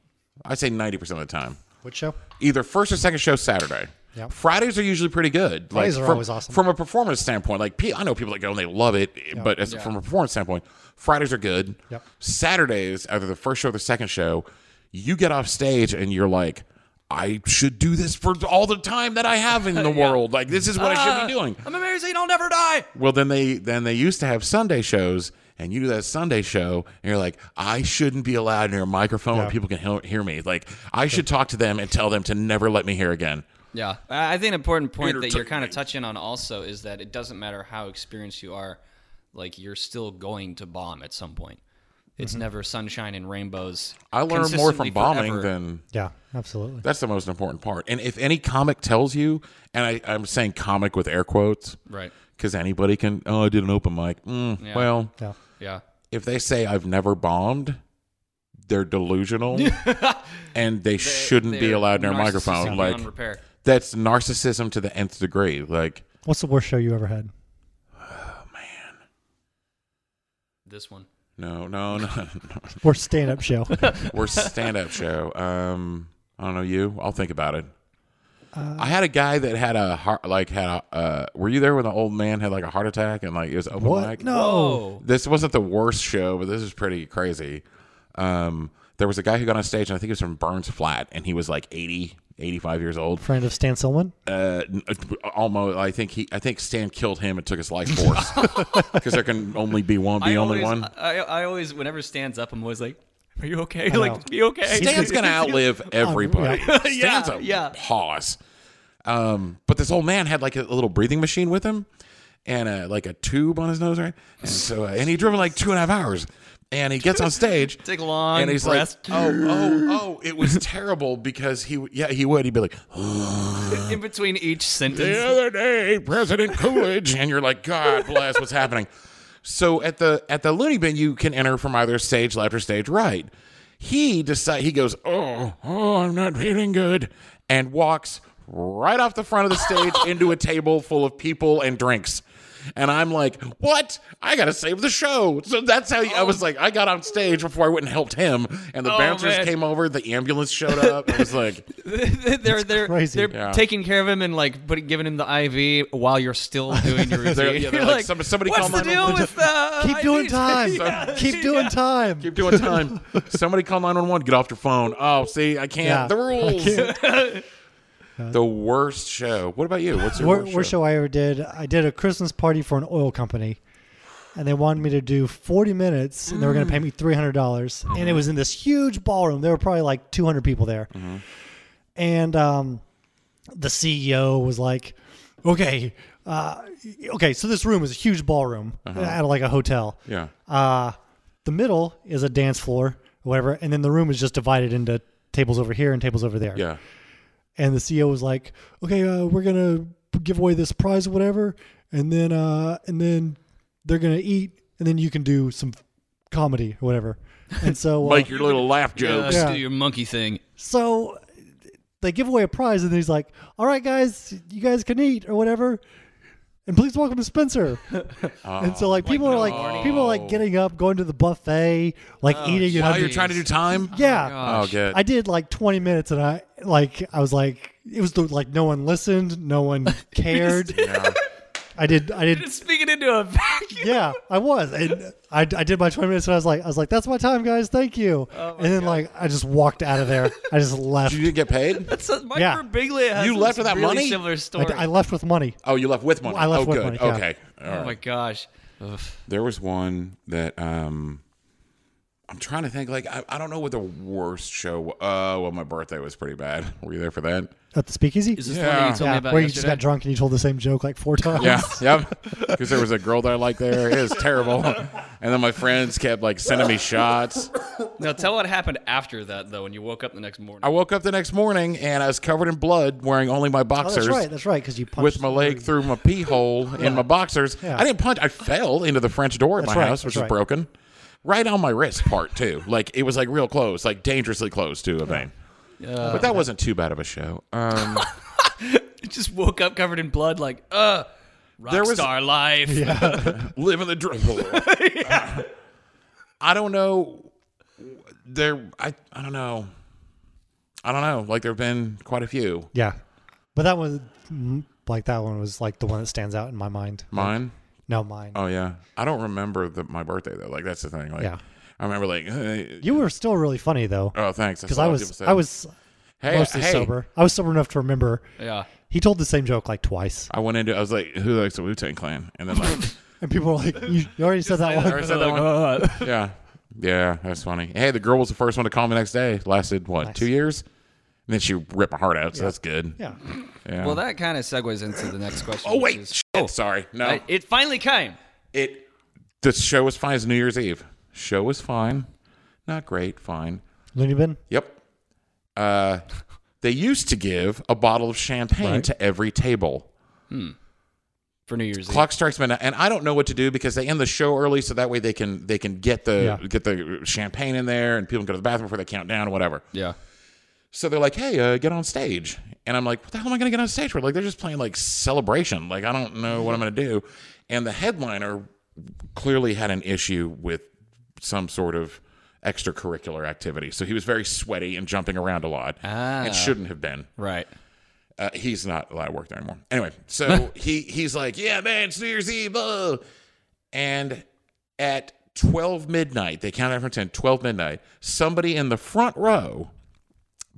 I say ninety percent of the time,
What show?
either first or second show Saturday.
Yep.
Fridays are usually pretty good.
Fridays
like,
are
from,
always awesome.
From a performance standpoint, like pe- I know people that go and they love it, but as, from a performance standpoint, Fridays are good.
Yep.
Saturdays, either the first show or the second show, you get off stage and you're like, I should do this for all the time that I have in the world. Like this is what I should be doing.
I'm amazing. I'll never die.
Well, then they then they used to have Sunday shows, and you do that Sunday show, and you're like, I shouldn't be allowed near a microphone where
Yeah.
people can he- hear me. Like I should talk to them and tell them to never let me hear again.
Yeah, I I think an important point
Peter
that you're
took
kind of
me.
touching on also is that it doesn't matter how experienced you are, like you're still going to bomb at some point. It's
Mm-hmm.
never sunshine and rainbows.
I learn more
consistently
from bombing
forever.
than
Yeah, absolutely.
that's the most important part. And if any comic tells you, and I, I'm saying comic with air quotes,
right.
because anybody can, oh, I did an open mic. Mm,
Yeah.
Well,
Yeah.
Yeah.
if they say I've never bombed, they're delusional, and they shouldn't be
They're
allowed near a
narcissism
microphone. Like
beyond repair.
that's narcissism to the nth degree. Like
What's the worst show you ever had?
This one.
no, no, no.
Worst stand up show.
We're stand up show. Um, I don't know you. I'll think about it. I had a guy that had a heart, like had a. Uh, were you there when the old man had like a heart attack and like it was open
What?
mic?
No.
Oh.
this wasn't the worst show, but this is pretty crazy. Um, there was a guy who got on stage, and I think he was from Burns Flat, and he was like 80, 85 years old.
Friend of Stan Silman?
Uh, n- almost, I think he, I think Stan killed him and took his life force because there can only be one,
I
be only
always,
one.
I, I always, whenever stands up, I'm always like, "Are you okay?
know.
Like, be okay."
Stan's gonna outlive everybody.
Oh, Yeah,
Stan's a
yeah.
hoss. Um, but this old man had like a little breathing machine with him, and a, like a tube on his nose, right? And so, uh, and he drove like two and a half hours, and he gets on stage.
Take a long
and he's
breath.
like, oh, oh, oh! It was terrible because he, yeah, he would. He'd be like,
in between each sentence.
the other day, President Coolidge, and you're like, God bless, what's happening? So at the at the loony bin, you can enter from either stage left or stage right. He decide he goes, oh, oh, I'm not feeling good, and walks right off the front of the stage into a table full of people and drinks. And I'm like, what? I gotta save the show. So that's how I was like, I got on stage before I went and helped him, and the
Oh,
bouncers
man.
came over, the ambulance showed up. It was like,
they're they're
crazy.
they're
Yeah.
taking care of him and like putting giving him the IV while you're still doing your routine.
They're- yeah, they're
You're
like, "Some- somebody
what's
call
the deal
911."
with uh,
Keep doing
IVs?"
time.
Yeah.
Keep doing time.
Keep doing time. Somebody call 911. Get off your phone. Oh, see, I can't.
Yeah.
The rules. the worst show. What about you? What's your
Wor-
worst,
worst
show?
show I ever did. I did a Christmas party for an oil company, and they wanted me to do 40 minutes, and they were going to pay me $300. dollars And it was in this huge ballroom. There were probably like 200 people there.
Mm-hmm.
And um, the CEO was like, okay, uh, okay, so this room is a huge ballroom
Uh-huh.
out of like a hotel.
Yeah.
Uh, the middle is a dance floor, whatever, and then the room is just divided into tables over here and tables over there
Yeah.
and the CEO was like, "Okay, uh, we're gonna give away this prize, or whatever, and then uh, and then they're gonna eat, and then you can do some comedy, or whatever." And so, uh,
Make your little laugh
Uh,
jokes.
Yeah.
Do your monkey thing.
so they give away a prize, and then he's like, "All right, guys, you guys can eat, or whatever." And please welcome Spencer. and so, like,
Oh
people are like,
no.
people are like getting up, going to the buffet, like eating. and
While
I'm
Oh, you're
just-
trying to do time?
yeah,
Oh, good.
I did like 20 minutes and I like I was like it was the, like no one listened, no one cared.
Yeah.
I did I did
Just speaking into a vacuum.
yeah, I was. And I, I did my 20 minutes and I was like I was like that's my time guys, thank you. and then like I just walked out of there. I just left.
You didn't get paid?
That's what Mike
Yeah.
Birbiglia has
You
this
left with that
really
money?
Similar
I,
story.
I left with money.
Oh, you left with money.
I left
oh,
with
good.
money, yeah.
Okay. All
oh
right.
my gosh. Ugh.
There was one that um I'm trying to think like I, I don't know what the worst show wa- uh well my birthday was pretty bad. Were you there for that?
At the speakeasy?
Is this
Yeah.
the one that you told me
yeah,
about
where you just
yesterday?
got drunk and you told the same joke like four times.
Yeah, yep. Because there was a girl that I liked there. It was terrible. And then my friends kept like sending me shots.
Now tell what happened after that though when you woke up the next morning.
I woke up the next morning and I was covered in blood, wearing only my
Oh,
boxers.
that's right. That's right cuz you punched
With my leg through my pee hole in my boxers.
Yeah.
I didn't punch. I fell into the French door at
That's
my
right,
house, which
that's
was
right.
broken. Right on my wrist part, too. Like, it was like real close, like dangerously close to a vein. but that wasn't too bad of a show. Um,
just woke up covered in blood, like, uh, rock
There was-
star life.
living the dream. I don't know. There, I, I don't know. I don't know. Like there have been quite a few.
Yeah. But that one mm, like that one was like the one that stands out in my mind.
Mine.
No, mine.
Oh yeah. I don't remember the, my birthday though. Like that's the thing. Like
Yeah.
I remember like. eh,
You were still really funny though.
oh thanks. That's
because
what
I
a lot of people
was
said.
I was
hey,
mostly
hey.
sober. I was sober enough to remember.
Yeah.
He told the same joke like twice,
I went into. I was like, who likes the Wu Tang Clan? And then like,
and people were like, "You, you already said that
I
one."
already said that one. Yeah. Yeah, that's funny. Hey, the girl was the first one to call me next day. Lasted what, two years? And then she ripped my heart out, so that's good.
Yeah,
Yeah.
Well, that kind of segues into the next question.
oh
which
wait,
is-
shit, sorry. No,
I- it finally came.
it the show was fine as New Year's Eve. Show was fine. Not great. Fine.
Looney Bin?
Yep. Uh, they used to give a bottle of champagne
Right.
to every table.
for New Year's Eve.
Clock strikes midnight, and I don't know what to do because they end the show early, so that way they can they can get the
Yeah.
get the champagne in there, and people can go to the bathroom before they count down, whatever.
Yeah.
So they're like, "Hey, uh, get on stage," and I'm like, "What the hell am I going to get on stage for?" Like they're just playing like celebration. Like I don't know what I'm going to do. And the headliner clearly had an issue with some sort of extracurricular activity, so he was very sweaty and jumping around a lot, and shouldn't have been
Right.
uh, he's not allowed to work there anymore. Anyway, so he he's like, yeah, man, it's New Year's Eve, blah." and at twelve midnight, they count out from 10, 12 midnight. Somebody in the front row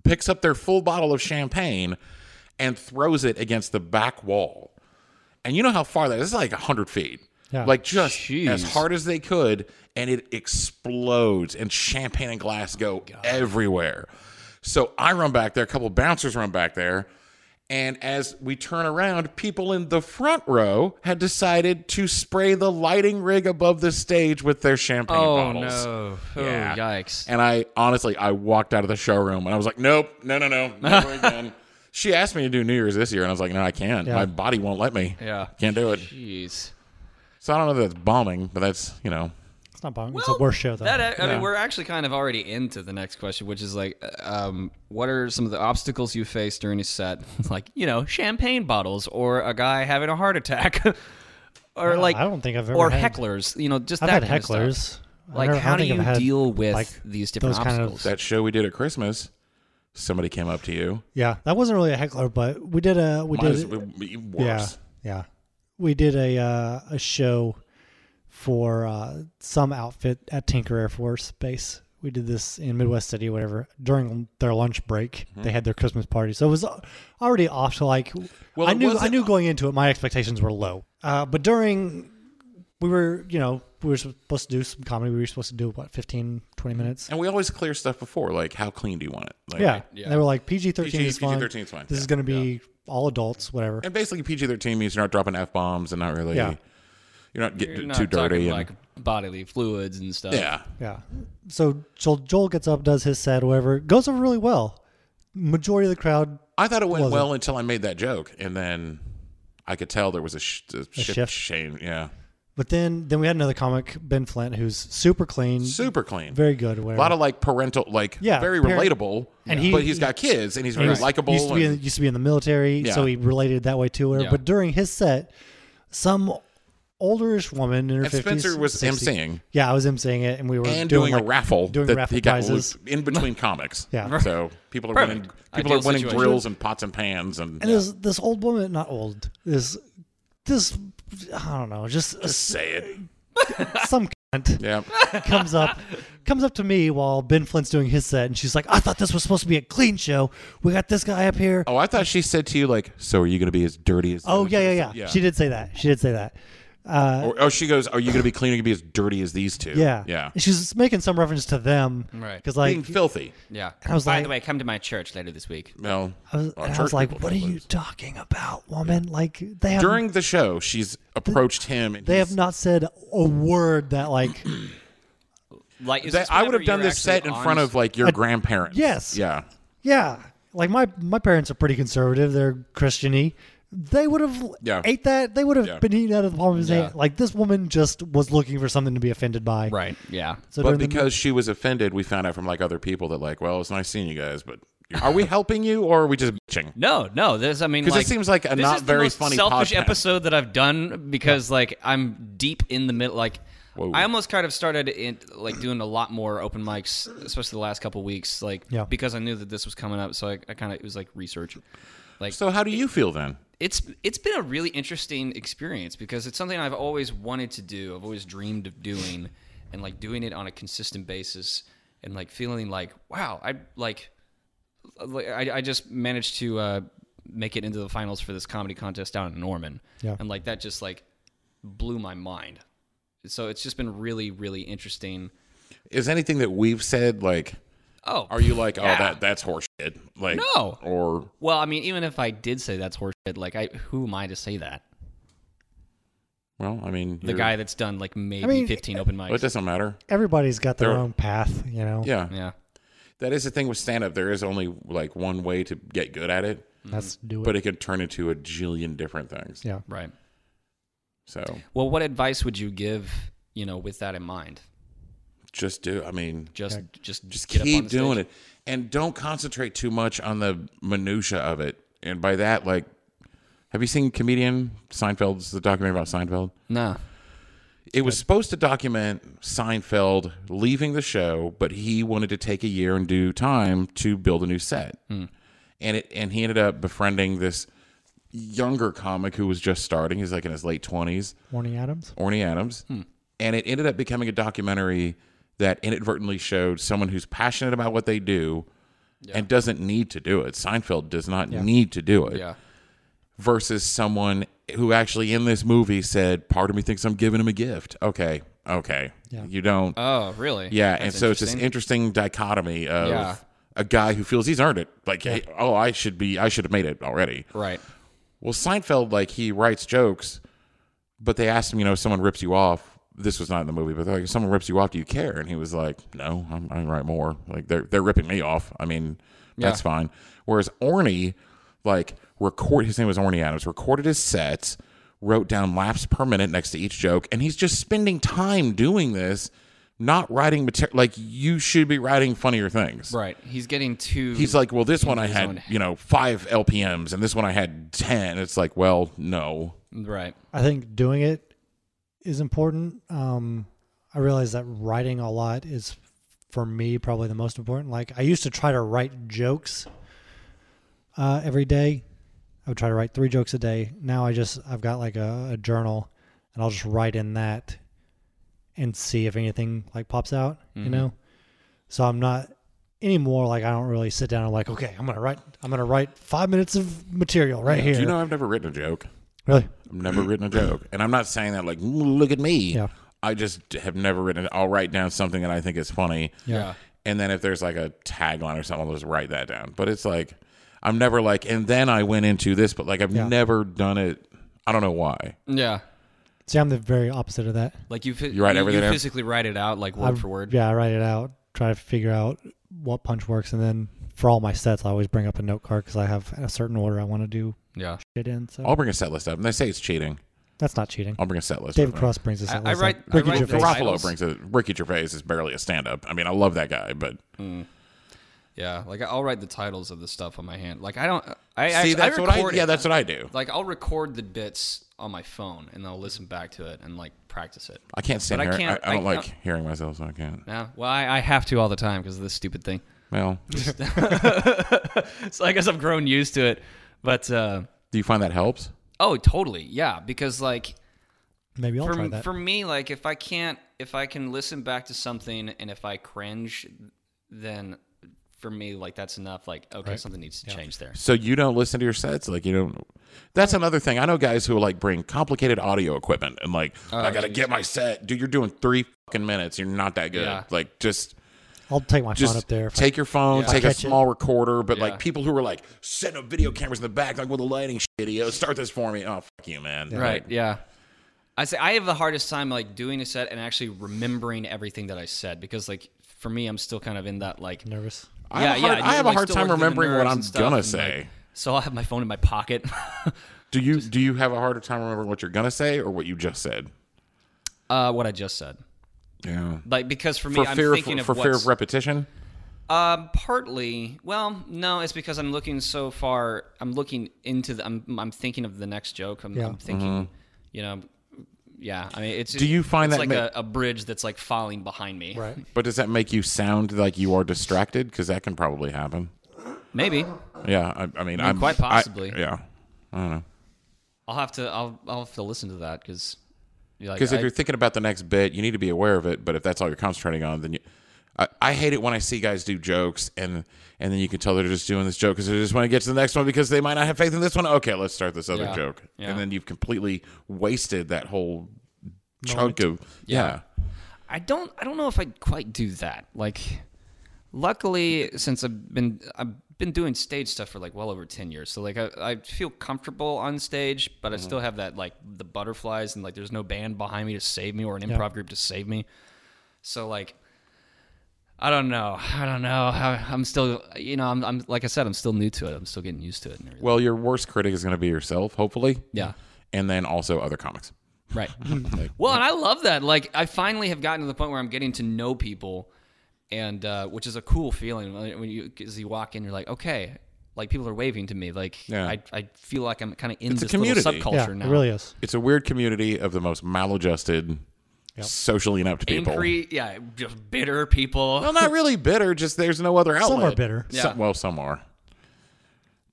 picks up their full bottle of champagne and throws it against the back wall. And you know how far that is? It's like hundred feet.
Yeah.
Like just
Jeez.
as hard as they could, and it explodes, and champagne and glass go everywhere. So I run back there, a couple bouncers run back there, and as we turn around, people in the front row had decided to spray the lighting rig above the stage with their champagne
Oh
bottles.
no. Oh
Yeah.
yikes.
And I honestly, I walked out of the showroom and I was like, nope, no, no, no, never again. She asked me to do New Year's this year, and I was like, no, I can't.
Yeah.
My body won't let me.
Yeah.
Can't do it.
Jeez.
So I don't know if that's bombing, but that's, you know,
It's not bong. it's a worse show, though.
That e, I mean, we're actually kind of already into the next question, which is like, uh, um, what are some of the obstacles you faced during a set? like, you know, champagne bottles, or a guy having a heart attack, or like,
I don't think I've ever
or
had-
hecklers. You know, just
I've
that
had
kind of stuff.
hecklers. I
Like,
never- I
how
don't
do
think I've
you
had,
deal with
like,
these different
those kind of-
obstacles?
that show we did at Christmas, somebody came up to you.
Yeah, that wasn't really a heckler, but we did a we
Mine
did
is
a-
w-
yeah
worse.
yeah we did a uh, a show for uh, some outfit at Tinker Air Force Base. We did this in Midwest City, whatever. During their lunch break,
Mm-hmm.
they had their Christmas party, so it was already off to like.
Well,
I
it
knew I
wasn't-
knew going into it, my expectations were low. Uh, but during, we were you know we were supposed to do some comedy. We were supposed to do what 15, 20 minutes.
And we always clear stuff before, like, how clean do you want it? Like,
Yeah,
yeah.
they were like PG thirteen
PG
is fine.
PG-13 is fine,
This
yeah,
is going to be all adults, whatever.
And basically, PG 13 means you're not dropping F bombs and not really,
Yeah.
you're not getting
You're not
too
talking,
dirty. And,
like bodily fluids and stuff.
yeah.
Yeah. So Joel, Joel gets up, does his set, whatever. Goes over really well. Majority of the crowd,
I thought it went
Wasn't.
well until I made that joke, and then I could tell there was a, sh- a, shift,
shift?
change. Yeah,
but then then we had another comic, Ben Flint, who's super clean,
super clean.
very good,
a
whatever.
lot of like parental, like
Yeah,
very
parent-
relatable.
And
And
he-
but he's got kids, and he's
He
very
was-
likable.
Used to, be in,
and-
used to be in the military, so
Yeah.
he related that way to her.
Yeah.
But during his set, some olderish woman in her
and
50s,
Spencer was
60s
emceeing
Yeah, I was emceeing it, and we were
and
doing,
doing,
like,
a raffle
doing
that
raffle
he got
prizes.
loose in between comics.
Yeah.
so people are
Perfect.
winning.
Ideal
People are winning
situation.
drills and pots and pans, and,
And
yeah.
this this old woman, not old, this this I don't know, just, just
say it.
some cunt.
Yeah,
comes up comes up to me while Ben Flint's doing his set, and she's like, "I thought this was supposed to be a clean show. We got this guy up here." Oh,
Oh, I thought she said to you like, "So are you going to be as dirty as?"
yeah, yeah, yeah, She did say that. She did say that. Uh,
Or, oh, she goes, "Are you going to be clean? Are you going to be as dirty as these two?
yeah,
yeah.
And she's making some reference to them,
Right.
Because like,
Being filthy.
Yeah.
I was
By
like-
the way, come to my church later this week.
Well,
I was,
well,
and I
church
was like,
people
"What are
don't
you
lose.
talking about, woman? Like, they have
during the show, she's approached him. And
they have
he's-
not said a word that like,
Like, is
They-
this
I would
whenever
have done
you're
this set in
actually
front
on-
of like your grandparents.
yes.
Yeah.
yeah, like my my parents are pretty conservative. They're Christiany." They would have
Yeah.
ate that. They would have
Yeah.
been eaten out of the palm of his
Yeah.
hand. Like this woman just was looking for something to be offended by.
Right. Yeah.
So
But
during the-
because she was offended, we found out from like other people that like, well, it's nice seeing you guys, but are we helping you or are we just bitching?
No, no. This I mean,
'Cause it
like,
seems like a
this
not
is the
very
most
funny
selfish
podcast.
episode that I've done because like I'm deep in the middle. Like
Whoa.
I almost kind of started in like doing a lot more open mics, especially the last couple weeks, like
Yeah.
because I knew that this was coming up. So I, I kind of it was like research. Like
So how do you feel then?
it's it's been a really interesting experience because it's something I've always wanted to do. I've always dreamed of doing and like doing it on a consistent basis and like feeling like wow, I like like, I, I just managed to uh, make it into the finals for this comedy contest down in Norman.
Yeah.
And like that just like blew my mind. So it's just been really really interesting.
Is anything that we've said like,
Oh,
are you like,
Yeah.
oh that that's horseshit? Like
No.
or
well, I mean even if I did say that's horseshit, like I who am I to say that?
Well, I mean,
The
you're-
guy that's done like maybe
mean,
15 open mics.
Well, it doesn't matter.
Everybody's got their
There-
own path, you know.
Yeah.
yeah.
that is the thing with stand up. There is only like one way to get good at it,
That's do it.
Mm-hmm. but it could turn into a jillion different things.
yeah.
Right.
So
Well, what advice would you give, you know, with that in mind?
just do. I mean,
Just just
just
get up on
keep
the
doing
stage.
it, and don't concentrate too much on the minutia of it. And by that, like, have you seen comedian Seinfeld's the documentary about Seinfeld?
No.
It was supposed to document Seinfeld leaving the show, but he wanted to take a year and do time to build a new set.
Hmm.
And it and he ended up befriending this younger comic who was just starting. He's like in his late twenties,
Morning Adams.
Orny Adams.
Hmm.
And it ended up becoming a documentary that inadvertently showed someone who's passionate about what they do and doesn't need to do it. Seinfeld does not need to do it
Yeah.
versus someone who actually in this movie said, "Part of me thinks I'm giving him a gift." Okay, okay, you don't.
Oh, really?
yeah,
That's
and so it's this
interesting.
interesting dichotomy of
Yeah.
a guy who feels he's earned it, like, hey, "Oh, I should be, I should have made it already."
right.
Well, Seinfeld, like, he writes jokes, but they asked him, you know, if someone rips you off. This was not in the movie, but they're like, if someone rips you off, do you care? And he was like, No, I'm, I can write more. Like they're they're ripping me off. I mean, that's
Yeah.
fine. Whereas Orny, like, record his name was Orny Adams, recorded his sets, wrote down laps per minute next to each joke, and he's just spending time doing this, not writing material. Like you should be writing funnier things.
Right. He's getting too
He's like, well, this one I
his
had,
own-
you know, five LPMs, and this one I had ten. It's like, well, no,
right.
I think doing it is important. Um, I realize that writing a lot is for me probably the most important. Like I used to try to write jokes uh, every day. I would try to write three jokes a day. Now I just I've got like a, a journal, and I'll just write in that, and see if anything like pops out.
Mm-hmm.
You know, so I'm not anymore like I don't really sit down and like okay I'm gonna write I'm gonna write five minutes of material right here.
Do you know I've never written a joke?
really?
I've never written a joke, and I'm not saying that like, "Ooh, look at me.
Yeah.
I just have never written. it. I'll write down something that I think is funny,
Yeah.
and then if there's like a tagline or something, I'll just write that down. But it's like I'm never like, and then I went into this, but like I've
Yeah.
never done it. I don't know why.
Yeah.
See, I'm the very opposite of that.
Like you,
You write everything
You
down?
physically write it out, like word
I-
for word.
Yeah, I write it out, try to figure out what punch works, and then for all my sets, I always bring up a note card because I have a certain order I want to do
Yeah.
shit in. So
Oh.
I'll bring a set list up, and they say it's cheating.
that's not cheating.
I'll bring a set list.
David
with me.
Cross brings us.
I-
at
I
least
write-
that.
I
Ricky
write the
Gervais.
rock-
Garofalo
titles.
brings it. Ricky Gervais is barely a stand-up. I mean, I love that guy, but
Yeah. Like I'll write the titles of the stuff on my hand. Like I don't. I
see,
actually,
that's
I
what I.
record it.
Yeah, that's what I do.
Like I'll record the bits on my phone and I'll listen back to it and like practice it.
I can't stand.
But I
hearing- I,
can't-
I don't
I-
like hearing myself, so I can't.
Yeah. Well, I, I have to all the time because of this stupid thing.
Well,
So I guess I've grown used to it. But uh,
do you find that helps?
oh, totally. Yeah. Because like
Maybe I'll
for,
try that.
for me, like if I can't, if I can listen back to something and if I cringe, then for me, like that's enough. Like okay, something needs to change there.
So you don't listen to your sets, like you don't. That's another thing. I know guys who like bring complicated audio equipment and like
Oh,
I gotta get my set, dude. You're doing three fucking minutes. You're not that good.
Yeah.
Like just
I'll take my phone
just
up there. if I-
take your phone,
Yeah.
take a
Catch it.
small recorder. But
Yeah.
like people who are like setting up video cameras in the back, like with the lighting shitty. Oh, start this for me. Oh fuck you, man.
Right. Yeah. I say I have the hardest time like doing a set and actually remembering everything that I said because like for me, I'm still kind of in that like
nervous.
I have a hard,
you're,
I have a
like,
hard
still
time
working through the
remembering what
nerves
I'm
and stuff,
gonna
and,
say.
like, so I'll have my phone in my pocket.
do you do you have a harder time remembering what you're gonna say or what you just said?
uh, what I just said,
Yeah.
like because for me,
For
I'm
fear,
thinking
of,
of
for fear
what's-
of repetition.
Um, partly. Well, no, it's because I'm looking so far. I'm looking into the. I'm I'm thinking of the next joke. I'm,
Yeah.
I'm thinking. You know. Yeah. I mean, it's.
Mm-hmm. Do you find
it's
that
like
ma-
a, a bridge that's like falling behind me?
Right.
But does that make you sound like you are distracted? Because that can probably happen.
Maybe
Yeah, I, I mean, I'm
quite
I-
possibly.
yeah, I don't know.
I'll have to. I'll I'll have to listen to that because.
Because if you're thinking about the next bit, you need to be aware of it. But if that's all you're concentrating on, then you. I, I hate it when I see guys do jokes and and then you can tell they're just doing this joke because they just want to get to the next one because they might not have faith in this one. Okay, let's start this other
Yeah.
joke,
Yeah.
and then you've completely wasted that whole chunk of yeah.
I don't I don't know if I quite do that. Like luckily since I've been I've been doing stage stuff for like well over 10 years. So like I, I feel comfortable on stage, but I still have that like the butterflies and like there's no band behind me to save me or an improv group to save me. So like I don't know. I don't know. I, I'm still you know, I'm I'm like I said I'm still new to it. I'm still getting used to it and everything.
Well, your worst critic is going to be yourself, hopefully.
Yeah.
And then also other comics.
Right.
Like,
Well, and I love that. Like, I finally have gotten to the point where I'm getting to know people, and uh, which is a cool feeling when when you as you walk in, you're like, okay, like people are waving to me. Like,
Yeah.
I I feel like I'm kind of in
It's a
this little
community.
subculture
Yeah,
now.
it really is.
it's a weird community of the most maladjusted, socially inept people.
Angry, yeah, just bitter people.
Well, not really bitter. Just there's no other outlet.
Some are bitter.
Yeah.
Some- well, some are.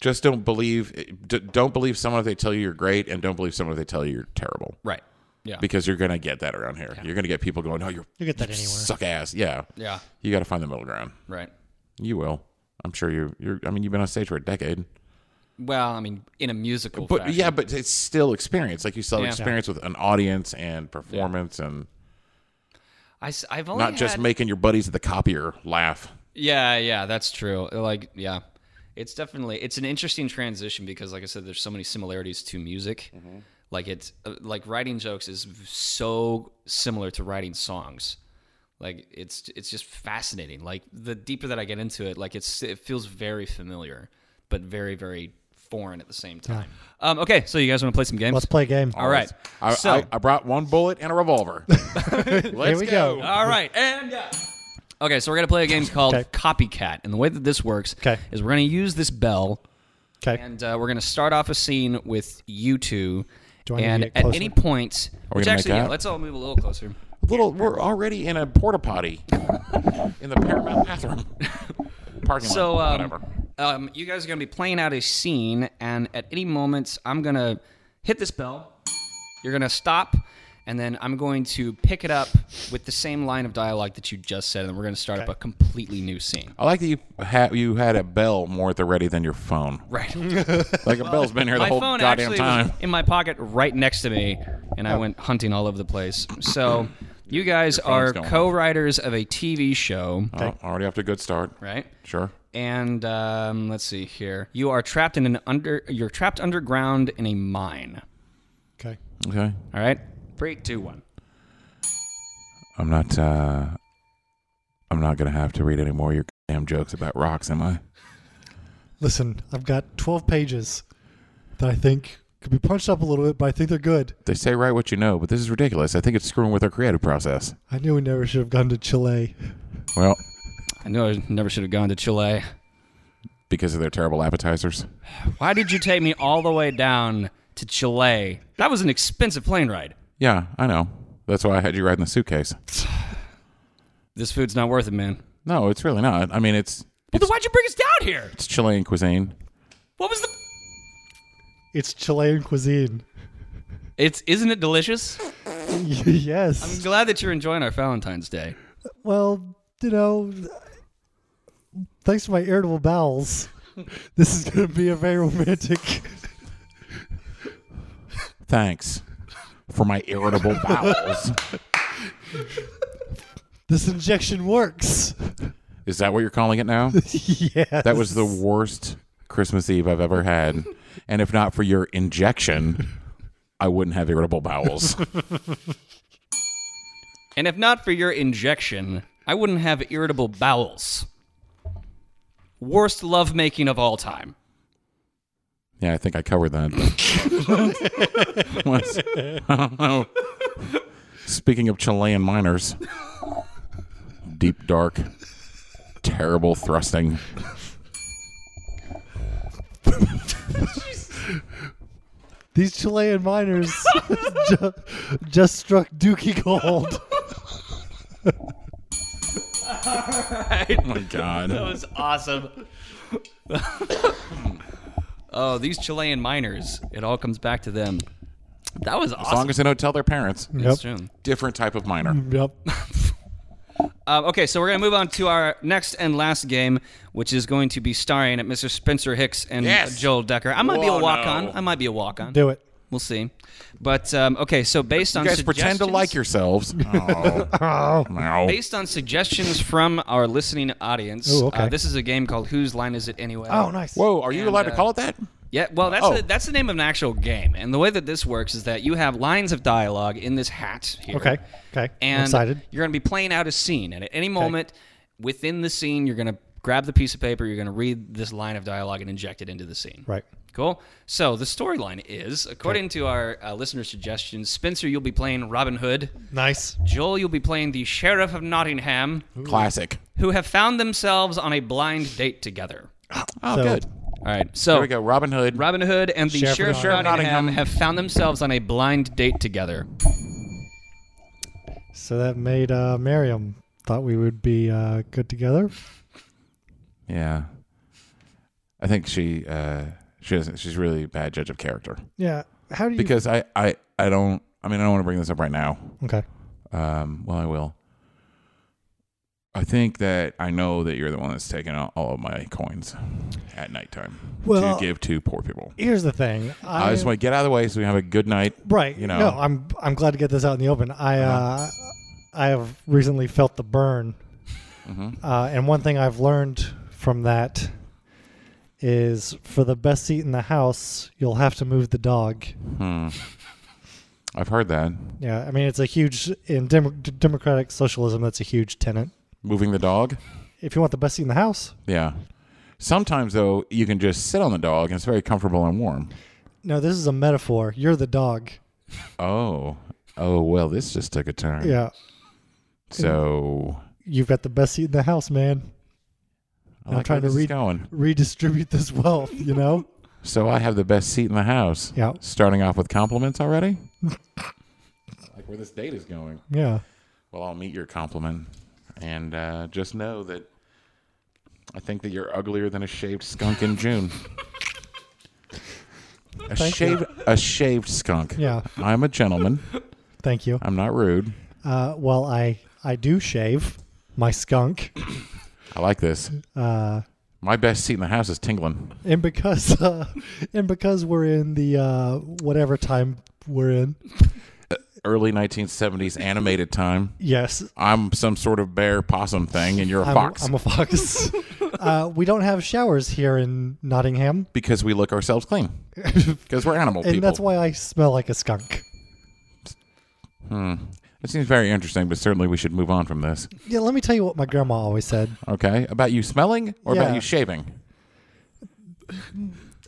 Just don't believe. d- Don't believe someone if they tell you you're great, and don't believe someone if they tell you you're terrible.
Right. Yeah.
Because you're gonna get that around here. You're gonna get people going, "Oh, you're
You get that anywhere.
suck ass." Yeah.
yeah.
You got to find the middle ground.
Right.
You will. I'm sure you. You're. I mean, you've been on stage for a decade.
Well, I mean, in a musical.
But
fashion.
yeah, but it's still experience. Like you still have
Yeah.
experience with an audience and performance, and
I, have only
not just
had-
making your buddies at the copier laugh.
Yeah, yeah, that's true. Like, yeah, it's definitely it's an interesting transition because, like I said, there's so many similarities to music.
Mm-hmm.
Like it's uh, like writing jokes is v- so similar to writing songs. Like it's it's just fascinating. Like the deeper that I get into it, like it's it feels very familiar, but very very foreign at the same time. Um, okay, so you guys want to play some games?
Let's play a game.
All right,
I,
so
I, I brought one bullet and a revolver. Let's
we
go.
go.
All right, and yeah. Okay, so we're gonna play a game called
Okay.
Copycat, and the way that this works
Okay.
is we're gonna use this bell,
Okay.
and uh, we're gonna start off a scene with you two,
Do I need to
and
get
at
closer?
any point,
we
which
gonna
actually,
make
yeah,
out?
let's all move a little closer.
Little, we're already in a porta potty in the Paramount bathroom parking
So,
lot.
um,
whatever.
um, you guys are gonna be playing out a scene, and at any moment, I'm gonna hit this bell. You're gonna stop, and then I'm going to pick it up with the same line of dialogue that you just said, and we're gonna start up a completely new scene.
I like that you had you had a bell more at the ready than your phone.
Right.
Like a bell's been here the
my
whole
phone
goddamn
actually
time. Oh.
was in my pocket right next to me, and I went hunting all over the place. So you guys are
going off.
co-writers of a TV show,
Oh, already off to a good start.
right?
Sure.
And um, let's see here. You are trapped in an under. You're trapped underground in a mine.
Okay.
Okay.
All right. Three, two, one.
I'm not. uh I'm not gonna have to read any more of your damn jokes about rocks, am I?
Listen, I've got 12 pages that I think could be punched up a little bit, but I think they're good.
They say write what you know, but this is ridiculous. I think it's screwing with our creative process.
I knew we never should have gone to Chile.
Well,
I knew I never should have gone to Chile.
because of their terrible appetizers.
Why did you take me all the way down to Chile? That was an expensive plane ride.
Yeah, I know. That's why I had you ride in the suitcase.
This food's not worth it, man.
No, it's really not. I mean, it's
Well, then why'd you bring us down here?
it's Chilean cuisine.
What was the?
It's Chilean cuisine.
It's isn't it delicious? I'm
yes.
glad that you're enjoying our Valentine's Day.
well, you know, thanks to my irritable bowels, this is going to be a very romantic.
Thanks for my irritable bowels.
This injection works.
Is that what you're calling it now?
yes.
That was the worst Christmas Eve I've ever had. And if not for your injection, I wouldn't have irritable bowels.
And if not for your injection, I wouldn't have irritable bowels. Worst lovemaking of all time.
Yeah, I think I covered that. Once- I don't know. Speaking of Chilean miners, deep, dark, terrible thrusting.
These Chilean miners ju- just struck Dookie Gold.
Oh my God.
was awesome. oh, these Chilean miners. It all comes back to them. That was
As long
awesome.
as they don't tell their parents.
That's true.
Different type of miner.
Yep.
Um, okay, so we're going to move on to our next and last game, which is going to be starring Mr. Spencer Hicks and
Yes.
Joel Decker. I might be a
Whoa,
walk on.
no.
I might be a walk on.
Do it.
We'll see. But um, okay, so based on
You guys pretend to
suggestions-
like yourselves. Oh, no.
Based on suggestions from our listening audience,
Ooh, okay.
uh, this is a game called Whose Line Is It Anyway?
Oh, nice.
Whoa, are you
And,
allowed to
uh,
call it that?
Yeah, well, that's
Oh.
the, that's the name of an actual game, and the way that this works is that you have lines of dialogue in this hat here.
Okay. Okay.
and
I'm excited.
you're going to be playing out a scene, and at any moment within the scene, you're going to grab the piece of paper, you're going to read this line of dialogue, and inject it into the scene.
Right.
Cool. So the storyline is, according to our uh, listener suggestions, Spencer, you'll be playing Robin Hood.
Nice.
Joel, you'll be playing the Sheriff of Nottingham,
Classic.
who have found themselves on a blind date together.
Oh,
So-
good.
All right. So
There we go. Robin Hood.
Robin Hood and the Sheriff,
Sheriff
of
of
Nottingham,
Nottingham.
have found themselves on a blind date together.
So that made uh, Miriam thought we would be uh, good together.
Yeah. I think she uh she doesn't she's really a bad judge of character.
Yeah. How do you?
Because I I I don't I mean I don't want to bring this up right now.
okay.
Um well I will. I think that I know that you're the one that's taking all, all of my coins at nighttime
Well-
to give to poor people.
Here's the thing.
I, just want to get out of the way so we have a good night.
right.
you
You
know. Uh-huh.
know. No, I'm I'm glad to get this out in the open. I uh, I have recently felt the burn,
Mm-hmm.
uh, and one thing I've learned from that is for the best seat in the house, you'll have to move the dog.
Hmm. I've heard that.
Yeah, I mean it's a huge in dem- democratic socialism. That's a huge tenet.
Moving the dog?
If you want the best seat in the house,
Yeah. Sometimes though you can just sit on the dog and it's very comfortable and warm.
no, this is a metaphor. You're the dog.
Oh. Oh well, this just took a turn.
Yeah,
So
you've got the best seat in the house, man.
I
I'm
like
trying
where
to
this is
read-
going.
Redistribute this wealth, you know.
So I have the best seat in the house.
Yeah.
Starting off with compliments already. like where this date is going.
yeah.
Well, I'll meet your compliment, and uh, just know that I think that you're uglier than a shaved skunk in June. A
Thank you.
shaved, a shaved skunk.
Yeah.
I'm a gentleman.
Thank you.
I'm not rude.
Uh, well, I I do shave my skunk,
I like this.
uh,
My best seat in the house is tingling.
and because uh, and because we're in the uh, whatever time we're in.
Early 1970s animated time.
Yes,
I'm some sort of bear possum thing, and you're a
I'm,
fox.
I'm a fox. uh, we don't have showers here in Nottingham,
because we look ourselves clean. Because we're animal
and
people.
that's why I smell like a skunk.
Hmm. It seems very interesting, but certainly we should move on from this.
Yeah, let me tell you what my grandma always said
Okay, about you smelling or about
Yeah.
you shaving?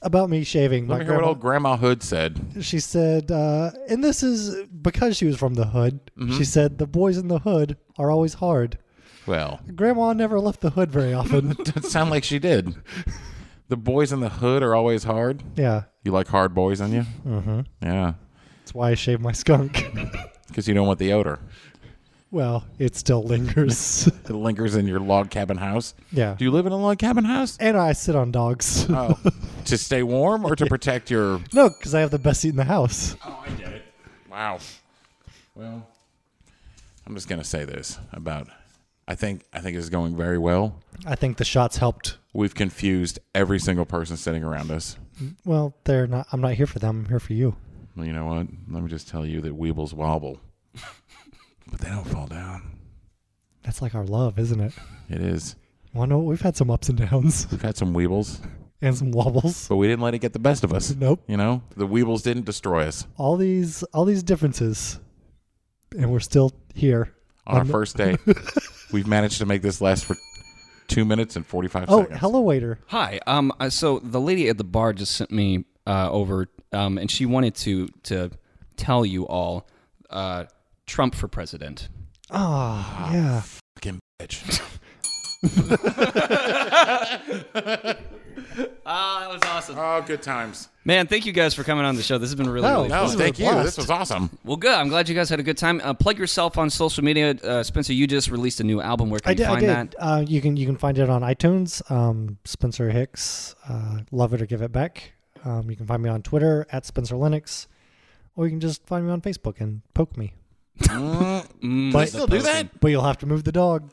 about me shaving.
Let
my
me hear what
grandma-
old Grandma Hood said.
she said, uh, and this is because she was from the hood.
Mm-hmm.
She said, "The boys in the hood are always hard."
Well,
Grandma never left the hood very often.
doesn't sound like she did. The boys in the hood are always hard.
yeah,
You like hard boys on you? Mm-hmm. Yeah,
that's why I shave my skunk.
because you don't want the odor.
well, it still lingers.
It lingers in your log cabin house.
yeah,
Do you live in a log cabin house?
and I sit on dogs.
Oh, to stay warm or to protect your?
no, because I have the best seat in the house.
Oh, I get it. Wow. Well, I'm just gonna say this about. I think I think it's going very well.
I think the shots helped.
We've confused every single person sitting around us.
Well, they're not. I'm not here for them. I'm here for you.
Well, you know what? Let me just tell you that weebles wobble, but they don't fall down.
That's like our love, isn't it?
It is.
Well, no, we've had some ups and downs
We've had some weebles,
and some wobbles.
but we didn't let it get the best of us.
Nope.
You know, the weebles didn't destroy us
All these, all these differences, and we're still here.
on our
Um,
first date. We've managed to make this last for two minutes and forty-five
Oh,
seconds.
hello, waiter.
Hi. Um. uh, So the lady at the bar just sent me uh, over, um, and she wanted to to tell you all, uh, Trump for president.
Ah, yeah.
Fucking bitch.
Ah, that was awesome,
Oh, good times.
man. Thank you guys for coming on the show. This has been really,
No,
really
no.
No,
fun.
This was
thank
a
you.
blast.
This was awesome.
Well, good. I'm glad you guys had a good time. Uh, plug yourself on social media, uh, Spencer. You just released a new album. Where can
I
you
did. I
find
did.
that?
Uh, you can you can find it on iTunes. Um, Spencer Hicks, uh, love it or give it back. Um, you can find me on Twitter at Spencer Linux, or you can just find me on Facebook and poke me. But,
Mm, Still do that?
but you'll have to move the dog.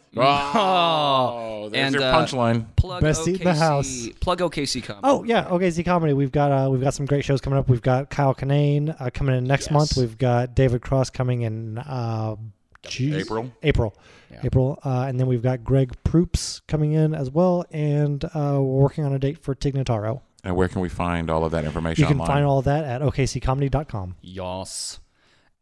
Oh, there's
And,
your
uh,
punchline.
Plug
Best seat in the house.
Plug OKC comedy.
Oh yeah, okay. Z comedy. We've got uh, we've got some great shows coming up. We've got Kyle Kinane uh, coming in next month. We've got David Cross coming in uh, Ju-
April.
April, April, uh, and then we've got Greg Proops coming in as well. And uh, we're working on a date for Tignataro.
And where can we find all of that information?
You can
online?
find all that at okccomedy.com.
Yas.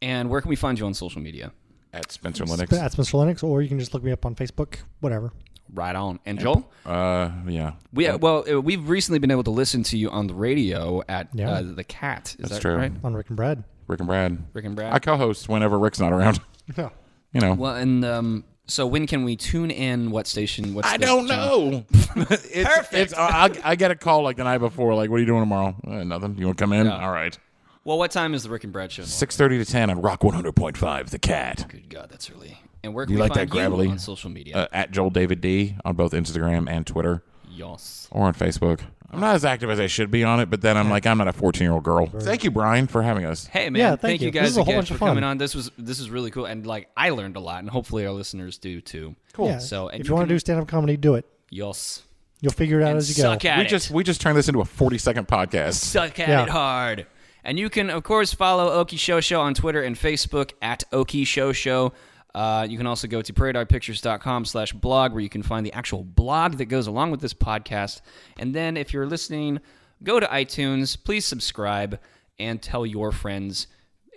And where can we find you on social media?
at Spencer Linux.
That's Mr. Linux, or you can just look me up on Facebook. Whatever.
Right on. And Joel?
Uh, yeah.
We, well, uh, we've recently been able to listen to you on the radio at
Yeah.
uh, The Cat. Is
That's
that
true.
right?
on Rick and Brad.
Rick and Brad.
Rick and Brad.
I co-host whenever Rick's not around.
Yeah.
You know.
Well, and um, so when can we tune in? What station? What's
I
the
don't
channel?
know. it's, Perfect. It's, I, I- I get a call like the night before. Like, what are you doing tomorrow? Uh, nothing. You want to come in? All right.
Well, what time is the Rick and Brad show?
Six thirty to ten on Rock one hundred point five. The Cat.
Good God, that's early. And where can
You
we
like
find
that
you
gravelly?
on social media?
Uh, at Joel David D on both Instagram and Twitter
Yas.
or on Facebook. I'm not as active as I should be on it, but then I'm like, I'm not a 14 year old girl. Thank you, Brian, for having us.
Hey man,
Yeah,
thank,
thank
you
you. This
guys
was a whole
again
bunch
for
of
coming
fun.
on. This was this is really cool, and like I learned a lot, and hopefully our listeners do too.
Cool.
Yeah.
So, and
if
you
you, want
can-
to do stand up comedy, do it.
Yas.
You'll figure it out
And
as you go.
suck at
We
it.
just we just turned this into a 40 second podcast.
suck at
Yeah.
it hard. And you can, of course, follow Oki Show Show on Twitter and Facebook at Oki Show Show. Uh, you can also go to prairiedogpictures.com slash blog where you can find the actual blog that goes along with this podcast. And then if you're listening, go to iTunes, please subscribe, and tell your friends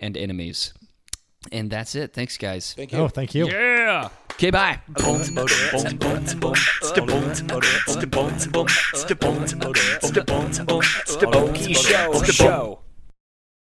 and enemies. And that's it. Thanks, guys. Thank
Oh, thank you.
yeah. Okay, bye.
Okie show, show.